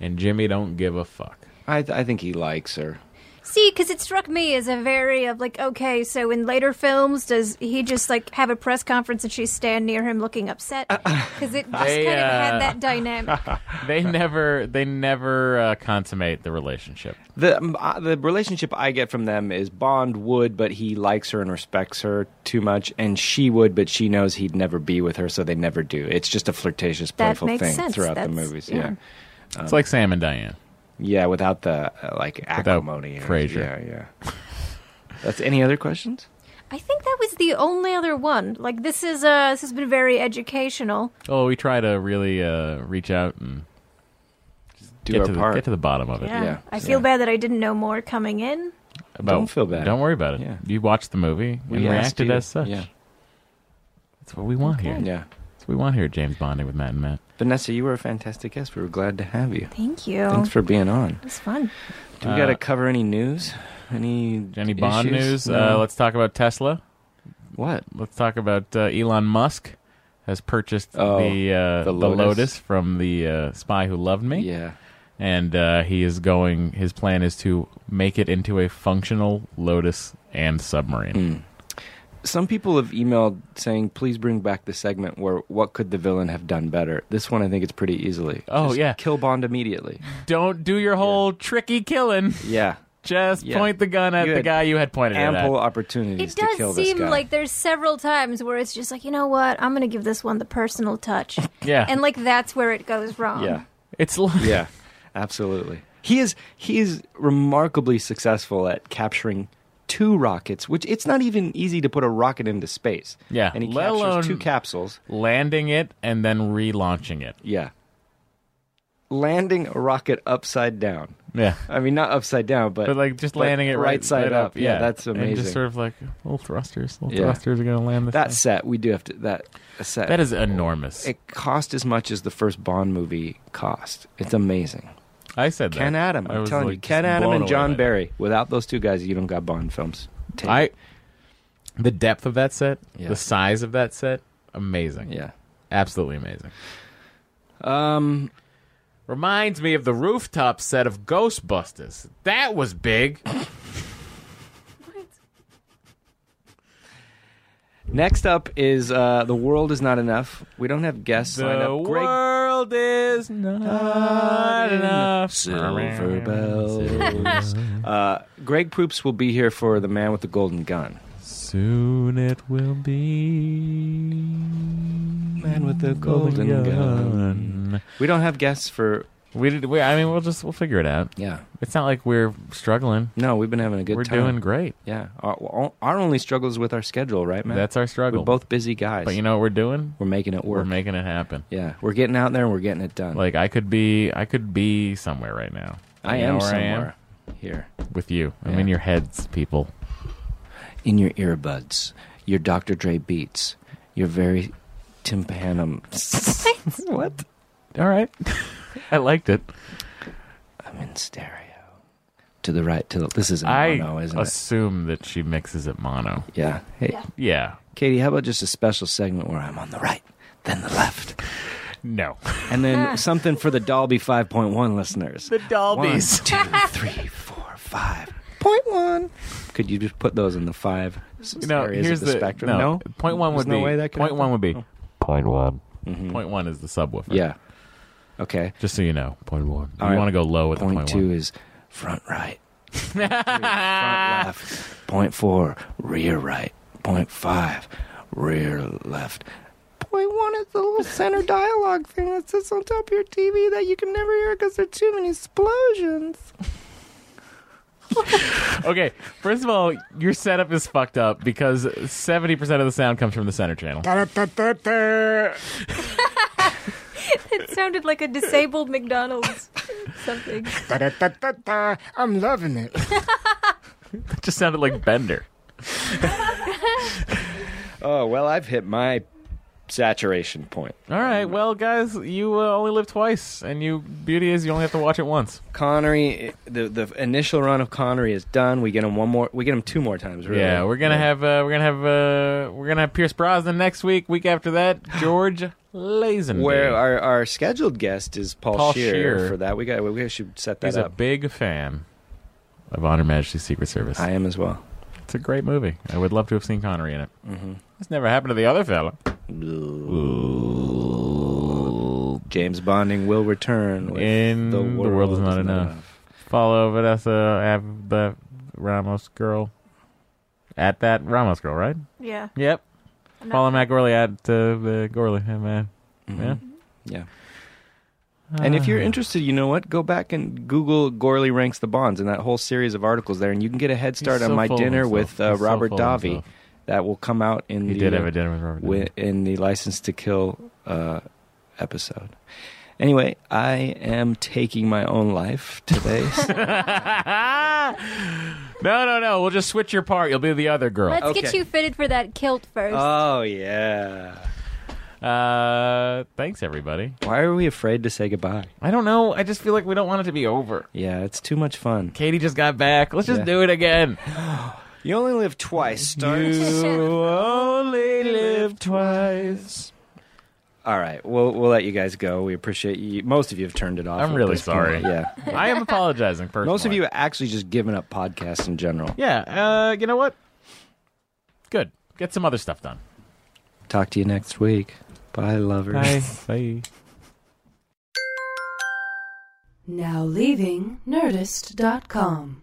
and Jimmy don't give a fuck.
I, th- I think he likes her.
See, because it struck me as a very of like, okay, so in later films, does he just like have a press conference and she stand near him looking upset? Because it just
They,
kind of
uh,
had that dynamic.
They never they never uh, consummate the relationship.
The um, uh, the relationship I get from them is Bond would, but he likes her and respects her too much, and she would, but she knows he'd never be with her, so they never do. It's just a flirtatious,
That
playful
makes
thing
sense.
throughout
That's-
the movies.
yeah.
Yeah, yeah,
it's
Um,
like Sam and Diane.
without the uh, like acrimony. or-
Frasier.
Yeah, yeah. That's any other questions?
I think that was the only other one. Like this is uh this has been very educational.
Oh, we try to really uh, reach out and
Do
get
our
to, the,
part.
get to the bottom of it.
Yeah.
Yeah.
I feel
Yeah.
bad that I didn't know more coming in.
about-
Don't feel bad.
Don't worry about it.
Yeah.
You watched the movie and
asked
reacted
you.
as such.
Yeah,
That's what we want here.
yeah.
That's what we want here at James Bonding with Matt and Matt.
Vanessa, you were a fantastic guest. We were glad to have you.
Thank you.
Thanks for being on.
it was fun.
Do we
Uh,
got to cover any news? Any
Any Bond
issues?
news?
No.
Uh, let's talk about Tesla.
what?
Let's talk about uh, Elon Musk has purchased
Oh,
the, uh,
the Lotus.
from the uh, Spy Who Loved Me.
Yeah.
And uh, he is going, his plan is to make it into a functional Lotus and submarine.
Hmm. Some people have emailed saying, "Please bring back the segment where what could the villain have done better." This one, I think it's pretty easily.
Oh,
Just
yeah.
kill Bond immediately.
Don't do your whole tricky killing.
Yeah,
Just
Yeah.
point the gun at
You
the
had
guy you had pointed it at.
ample opportunities
It
to kill
does
this
seem
guy.
like there's several times where it's just like, you know what, I'm gonna give this one the personal touch.
Yeah.
And like that's where it goes wrong.
yeah,
It's like
yeah, absolutely. He is he is remarkably successful at capturing two rockets, which it's not even easy to put a rocket into space.
Yeah,
and he
let
captures
alone-
two capsules.
landing it and then relaunching it.
Yeah, landing a rocket upside down.
Yeah.
I mean, not upside down, but
But like just landing it right,
side
right
up. Yeah, that's
And
amazing.
just sort of like little thrusters, little
Yeah.
thrusters are going to land this.
that
thing.
set we do have to that set.
that is enormous.
it cost as much as the first Bond movie cost. It's amazing.
I said that.
Ken Adam,
I
I'm
was,
telling
like,
you, Ken
just
Adam
blown
and
away
John
by that.
Barry. Without those two guys, you don't got Bond films. Take
I
it.
the depth of that set,
Yeah.
the size of that set, amazing.
yeah.
absolutely amazing.
Um,
Reminds me of the rooftop set of Ghostbusters. That was big.
next up is uh, the world is not enough. We don't have guests lined
The
up. Greg
world is not enough.
Silver bells. uh, Greg Proops will be here for the man with the golden gun.
Soon it will be.
Man with the golden gun. We don't have guests for
We did. We, I mean, we'll just we'll figure it out.
yeah.
It's not like we're struggling.
No, we've been having a good
we're
time.
doing great.
Yeah, our, well, our only struggle is with our schedule, right, man?
That's our struggle.
We're both busy guys,
But you know what we're doing?
we're making it
We're
work.
making it happen.
yeah, we're getting out there and we're getting it done.
Like I could be, I could be somewhere right now.
I
You know
am
where
somewhere here
with you. I'm
Yeah.
in your heads, people.
in your earbuds, your Dr. Dre beats, your very tympanum. what?
All right, I liked it.
I'm in stereo. To the right, to the, this is a
I
mono, isn't it?
assume that she mixes it mono.
Yeah. Hey,
Yeah,
Katie, how about just a special segment where I'm on the right, then the left,
No.
And then something for the Dolby 5.1 listeners.
The Dolbys.
One, two, three, four, five. Point one. Could you just put those in the five s-
No,
areas
here's
of
the
the, spectrum?
No.
No.
Point one
There's
would
no
be
way that could
point
happen?
one would be
Point one.
Oh. point one is the subwoofer.
Yeah. Okay.
Just so you know, point one.
All
you
right.
want to go low with
Point
the point
two
one.
is front right. front left. Point four, rear right. Point five, rear left. Point one is the little center dialogue thing that sits on top of your TV that you can never hear because there are too many explosions.
Okay, first of all, your setup is fucked up because seventy percent of the sound comes from the center channel.
It sounded like a disabled McDonald's something.
I'm loving it.
It just sounded like Bender.
Oh, well, I've hit my saturation point.
All right, well, guys, you uh, only live twice, and you beauty is you only have to watch it once.
Connery, eh, the the initial run of Connery is done. We get him one more. We get him two more times. Really.
Yeah, we're gonna have uh, we're gonna have uh, we're gonna have Pierce Brosnan next week. Week after that, George Lazenby.
Where our, our scheduled guest is Paul,
Paul
Scheer,
Scheer.
for that. We got. We should set that
he's a
up.
big fan of Honor Majesty's Secret Service.
I am as well.
It's a great movie. I would love to have seen Connery in it. This never happened to the other fella.
James Bonding will return. With
In
the
The
world,
World Is Not Enough. Follow Vanessa Av- uh, the Ramos girl at that Ramos girl, right?
Yeah.
Yep.
I'm not-
Follow Matt Gorley at uh, the Gorley. Hey, man. Mm-hmm. Yeah.
Yeah. And if
Ah.
you're interested, you know what? Go back and Google Gorley ranks the bonds and that whole series of articles there, and you can get a head start
He's
on
so
my
full of
dinner
himself.
with uh,
He's so
Robert
full of
Davi.
himself.
That will come out in
He
the
did
uh,
have a dinner with Robert.
wi-
Downey.
in the License to Kill uh, episode. Anyway, I am taking my own life today.
no, no, no. We'll just switch your part. You'll be the other girl.
Let's get
Okay.
you fitted for that kilt first.
oh yeah.
Uh, thanks, everybody.
Why are we afraid to say goodbye?
I don't know. I just feel like we don't want it to be over.
Yeah, it's too much fun.
Katie just got back. Let's just
Yeah.
do it again.
You only live twice. Start.
only live twice.
All right, we'll we'll let you guys go. We appreciate you. Most of you have turned it off.
I'm
at
really
this point.
sorry.
Yeah.
I am apologizing personally.
Most of you have actually just given up podcasts in general.
Yeah. Uh, you know what? Good. Get some other stuff done.
Talk to you next week. Bye, lovers.
Bye.
Now leaving Nerdist.com.